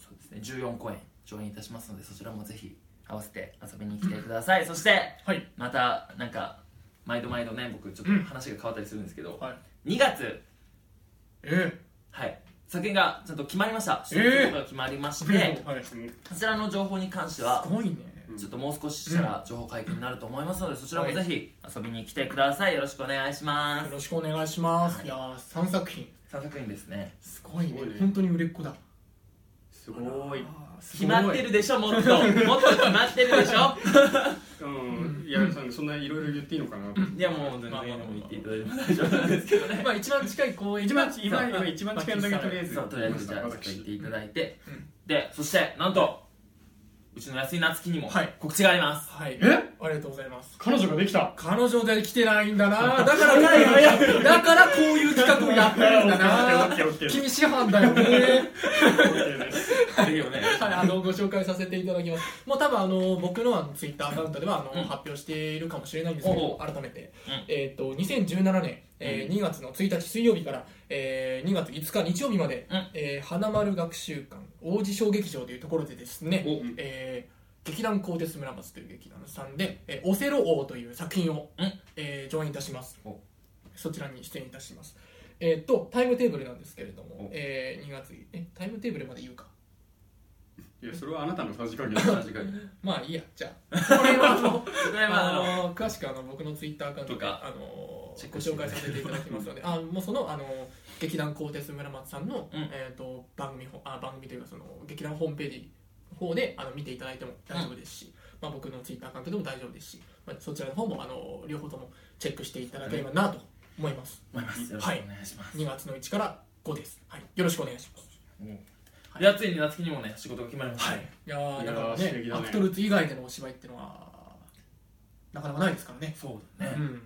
[SPEAKER 2] そうですね14公演上演いたしますのでそちらもぜひ合わせて遊びに来てください、そして
[SPEAKER 1] はい
[SPEAKER 2] またなんか毎度毎度ね僕ちょっと話が変わったりするんですけど、
[SPEAKER 1] はい
[SPEAKER 2] 2月
[SPEAKER 1] え
[SPEAKER 2] はい作品がちゃんと決まりました
[SPEAKER 1] え
[SPEAKER 2] 出
[SPEAKER 1] ー
[SPEAKER 2] 演とかが決まりまして、
[SPEAKER 1] えはいす
[SPEAKER 2] そちらの情報に関しては
[SPEAKER 1] ごいね
[SPEAKER 2] ちょっともう少ししたら情報解禁になると思いますので、そちらもぜひ遊びに来てくださいよろしくお願いしま
[SPEAKER 1] よ
[SPEAKER 2] す
[SPEAKER 1] ろしくお願いします
[SPEAKER 2] はい
[SPEAKER 1] いやー三作品
[SPEAKER 2] 3作品ですね
[SPEAKER 1] すごいね
[SPEAKER 3] すごいね
[SPEAKER 1] 本当に売れっ子だ
[SPEAKER 3] すごい
[SPEAKER 1] あーす
[SPEAKER 2] 決
[SPEAKER 1] ごい
[SPEAKER 2] まってるでしょもっともっと決まってるでし ょ
[SPEAKER 3] うんいやさんそんないろいろ言っていいのかない
[SPEAKER 2] やもう全
[SPEAKER 1] まあまあ
[SPEAKER 2] 然
[SPEAKER 1] まあ
[SPEAKER 2] 言っていただいても大丈夫なんですけど ね
[SPEAKER 1] まあ一番近い公演
[SPEAKER 3] 一番今今一番近いのだけとりあえず
[SPEAKER 2] さあとりあえずじゃあちょっと言っていただいて、
[SPEAKER 1] うん
[SPEAKER 2] でそしてなんとうちの安井夏樹にも
[SPEAKER 1] はい
[SPEAKER 2] 告知があります、
[SPEAKER 1] はい
[SPEAKER 3] え
[SPEAKER 1] ありがとうございます
[SPEAKER 3] 彼女がで きた
[SPEAKER 1] 彼女で来てないんだ なだからいやいやだからこういう企画をやってるん だな君師範だよね
[SPEAKER 2] ぜひお願いしま す
[SPEAKER 1] はい、あのご紹介させていただきます。もう多分あの僕のあのツイッターアカウントではあの、
[SPEAKER 2] うん
[SPEAKER 1] 発表しているかもしれないんですけ
[SPEAKER 2] お
[SPEAKER 1] ど、
[SPEAKER 2] う
[SPEAKER 1] 改めて、
[SPEAKER 2] うん
[SPEAKER 1] えっ、と2017年、えー
[SPEAKER 2] うん
[SPEAKER 1] 2月の1日水曜日から、えー2月5日日曜日まで、
[SPEAKER 2] うん
[SPEAKER 1] えー花丸学習館王子小劇場というところでですね、
[SPEAKER 2] お
[SPEAKER 1] えー劇団鋼鉄村松という劇団さんで、えーオセロ王という作品を、
[SPEAKER 2] うん
[SPEAKER 1] えー上演いたします
[SPEAKER 2] お。
[SPEAKER 1] そちらに出演いたします。えっ、とタイムテーブルなんですけれど
[SPEAKER 2] お
[SPEAKER 1] も、えー2月えタイムテーブルまで言うか。
[SPEAKER 3] いやそれはあなたのさじ加減
[SPEAKER 2] 確かに
[SPEAKER 1] まあいいや、じゃあ、これはあの、
[SPEAKER 2] それはあの
[SPEAKER 1] あの詳しくあの僕のツイッターアカウント
[SPEAKER 2] と
[SPEAKER 1] で、
[SPEAKER 2] か
[SPEAKER 1] あの
[SPEAKER 2] チェッ
[SPEAKER 1] ご
[SPEAKER 2] クして
[SPEAKER 1] 紹介させていただきますの で、あもうそのあの劇団鋼鉄村松さんの、
[SPEAKER 2] うん
[SPEAKER 1] えっ、と番組ほあ番組というかその劇団ホームページの方であの見ていただいても大丈夫ですし、まあ僕のツイッターアカウントでも大丈夫ですし、まあそちらの方もあの両方ともチェックしていただければなと思います。
[SPEAKER 2] 思いますよろしくお願いします、
[SPEAKER 1] 2月の1から5です。はい、よろしくお願いします。
[SPEAKER 2] でやついに夏樹にもね仕事が決まりました、
[SPEAKER 1] はい、いやー
[SPEAKER 3] い
[SPEAKER 1] だ
[SPEAKER 3] やー
[SPEAKER 1] から
[SPEAKER 3] 刺
[SPEAKER 1] ね
[SPEAKER 3] 激だ
[SPEAKER 1] ア
[SPEAKER 3] ね
[SPEAKER 1] クトルーツ以外でのお芝居っていうのはなかなかないですからね。
[SPEAKER 2] そうだね、
[SPEAKER 1] うん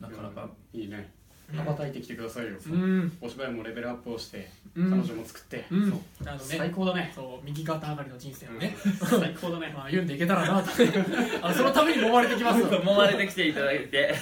[SPEAKER 2] なかなか
[SPEAKER 3] いいね羽ばたいてきてくださいよ
[SPEAKER 1] うん、
[SPEAKER 3] お芝居もレベルアップをして
[SPEAKER 1] う
[SPEAKER 3] 彼
[SPEAKER 1] ん、
[SPEAKER 3] 女も作って
[SPEAKER 1] うん、あの
[SPEAKER 3] 最
[SPEAKER 1] ね、
[SPEAKER 3] 高だね
[SPEAKER 1] そう右肩上がりの人生をね、
[SPEAKER 3] 最高だね
[SPEAKER 1] まあ歩んでいけたら なと、あのそのために揉まれてきます
[SPEAKER 2] 揉まれてきていただいて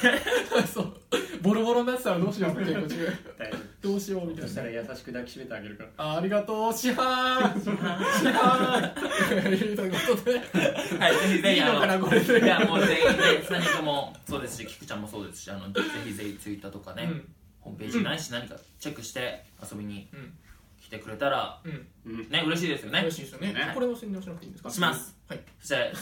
[SPEAKER 1] そう、ボロボロになってたらどうしようっていう中、
[SPEAKER 3] 大丈
[SPEAKER 1] どうしようみ
[SPEAKER 3] 夫
[SPEAKER 1] た
[SPEAKER 3] そ
[SPEAKER 1] い
[SPEAKER 3] した
[SPEAKER 1] な
[SPEAKER 3] ら。優しく抱きしめてあげるから
[SPEAKER 1] あありがとう、師範師範ということで、
[SPEAKER 2] はいぜひぜ
[SPEAKER 1] い
[SPEAKER 2] ひ
[SPEAKER 1] い
[SPEAKER 2] あ
[SPEAKER 1] のかな、これで。
[SPEAKER 2] いやもう全員で3人ともそうですし菊ちゃんもそうですしあのぜひぜひツイッターとかね、
[SPEAKER 1] うん
[SPEAKER 2] ホームページないし何かチェックして遊びに
[SPEAKER 1] うん
[SPEAKER 2] 来てくれたら
[SPEAKER 1] うん、
[SPEAKER 3] うん
[SPEAKER 2] ね嬉しいですよね
[SPEAKER 1] 嬉しいですよね
[SPEAKER 3] ね。
[SPEAKER 1] これも宣伝しなくていいんですか
[SPEAKER 2] します。
[SPEAKER 1] はい。
[SPEAKER 2] そして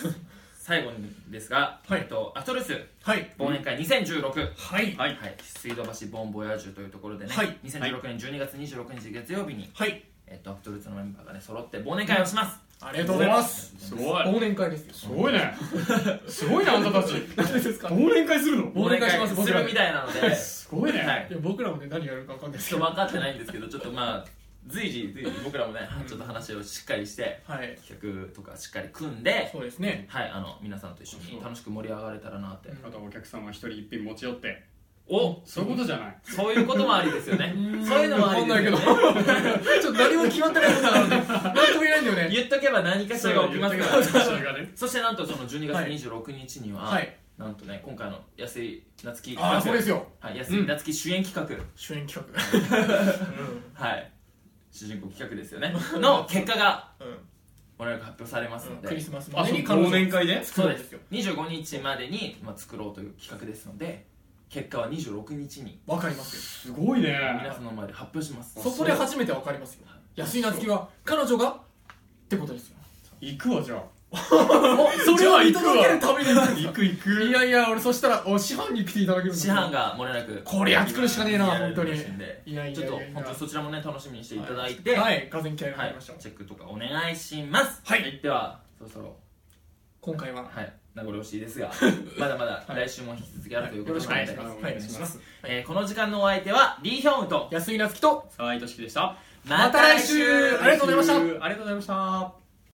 [SPEAKER 2] 最後にですが、
[SPEAKER 1] はい
[SPEAKER 2] えっと、アトルス
[SPEAKER 1] はい。
[SPEAKER 2] 忘年会2016、
[SPEAKER 1] はい。
[SPEAKER 2] はい、水道橋ボンボヤージュというところでね、
[SPEAKER 1] はい
[SPEAKER 2] 2016年12月26日月曜日に、
[SPEAKER 1] はい。
[SPEAKER 2] えっと、アトルスのメンバーがね揃って忘年会をします、
[SPEAKER 1] ありがとうございます。
[SPEAKER 3] すごい
[SPEAKER 1] 忘年会ですよ。
[SPEAKER 3] すごいねすごいねあんたたち
[SPEAKER 1] 何ですか
[SPEAKER 3] 忘年会するの
[SPEAKER 1] 忘年会します
[SPEAKER 2] 忘年
[SPEAKER 1] 僕ら
[SPEAKER 2] るみたいなのではい
[SPEAKER 3] すごいね
[SPEAKER 1] いや僕らもね、何やるかわかんないです
[SPEAKER 2] ち
[SPEAKER 1] け
[SPEAKER 2] ょっ
[SPEAKER 1] ど。
[SPEAKER 2] と分かってないんですけどちょっとまあ随時随時僕らもねちょっと話をしっかりして
[SPEAKER 1] はい。
[SPEAKER 2] 企画とかしっかり組んで
[SPEAKER 1] そうですね。
[SPEAKER 2] はいあの皆さんと一緒に楽しく盛り上がれたらなって
[SPEAKER 1] うん
[SPEAKER 3] あとお客さんは一人一品持ち寄って
[SPEAKER 2] お
[SPEAKER 3] そういうことじゃない
[SPEAKER 2] そういうこともありですよねそういうのもあり
[SPEAKER 1] わかんない
[SPEAKER 2] で
[SPEAKER 1] け
[SPEAKER 2] す
[SPEAKER 1] ど。
[SPEAKER 2] よ
[SPEAKER 1] ち
[SPEAKER 2] ね
[SPEAKER 1] ょっと何も決まってないことだから ね。なんとも言えないんだよね。
[SPEAKER 2] 言っとけば何かしらが起きますから
[SPEAKER 3] それがね
[SPEAKER 2] そしてなんとその12月26日には
[SPEAKER 1] はい。
[SPEAKER 2] なんとね今回の安井夏樹
[SPEAKER 1] ああ、そうで
[SPEAKER 2] 企
[SPEAKER 1] すよ。
[SPEAKER 2] 画はい安井夏樹主演企画
[SPEAKER 1] 主演企画。
[SPEAKER 2] はい主人公企画ですよねの結果が
[SPEAKER 1] うん。うん。
[SPEAKER 2] もらえるか発表されますので、
[SPEAKER 1] クリスマスま
[SPEAKER 3] あ
[SPEAKER 1] で
[SPEAKER 3] そう
[SPEAKER 1] に彼女
[SPEAKER 3] 忘年会で
[SPEAKER 1] 作
[SPEAKER 2] そう
[SPEAKER 1] るん
[SPEAKER 2] で
[SPEAKER 1] ですすよ
[SPEAKER 2] 25日までに、まあ、作ろうという企画ですので結果は26日に
[SPEAKER 1] わかります
[SPEAKER 3] すごいね
[SPEAKER 2] 皆さんの前で発表します
[SPEAKER 1] よそこで初めてわかりますよ安井夏樹は彼女がってことですよ
[SPEAKER 3] 行くわじゃあ
[SPEAKER 1] それを見届けるために
[SPEAKER 3] 行く行く
[SPEAKER 1] いやいや俺そしたらお師範に来ていただけるんだ
[SPEAKER 2] 市販がもれなく
[SPEAKER 1] これは作るしかねえな
[SPEAKER 2] やられる
[SPEAKER 1] 本当に
[SPEAKER 2] らしいんで
[SPEAKER 1] いやいやい
[SPEAKER 2] ちょ
[SPEAKER 1] や
[SPEAKER 2] っ
[SPEAKER 1] い
[SPEAKER 2] と
[SPEAKER 1] や
[SPEAKER 2] 本当にそちらもね楽しみにしていただいて、
[SPEAKER 1] はい風に気合いが
[SPEAKER 2] は
[SPEAKER 1] 入
[SPEAKER 2] い
[SPEAKER 1] りました、
[SPEAKER 2] チェックとかお願いします
[SPEAKER 1] はい
[SPEAKER 2] ではそろそろ
[SPEAKER 1] 今回は
[SPEAKER 2] はい名残惜しいですが まだまだ来週も引き続きあるということなので、
[SPEAKER 1] はいよろしくお願いします
[SPEAKER 3] お願いします
[SPEAKER 1] ます
[SPEAKER 2] えーこの時間のお相手はリーヒョンウンと
[SPEAKER 1] 安井夏樹と
[SPEAKER 3] 沢井俊樹でした
[SPEAKER 1] また来週ありがとうございました
[SPEAKER 3] ありがとうございました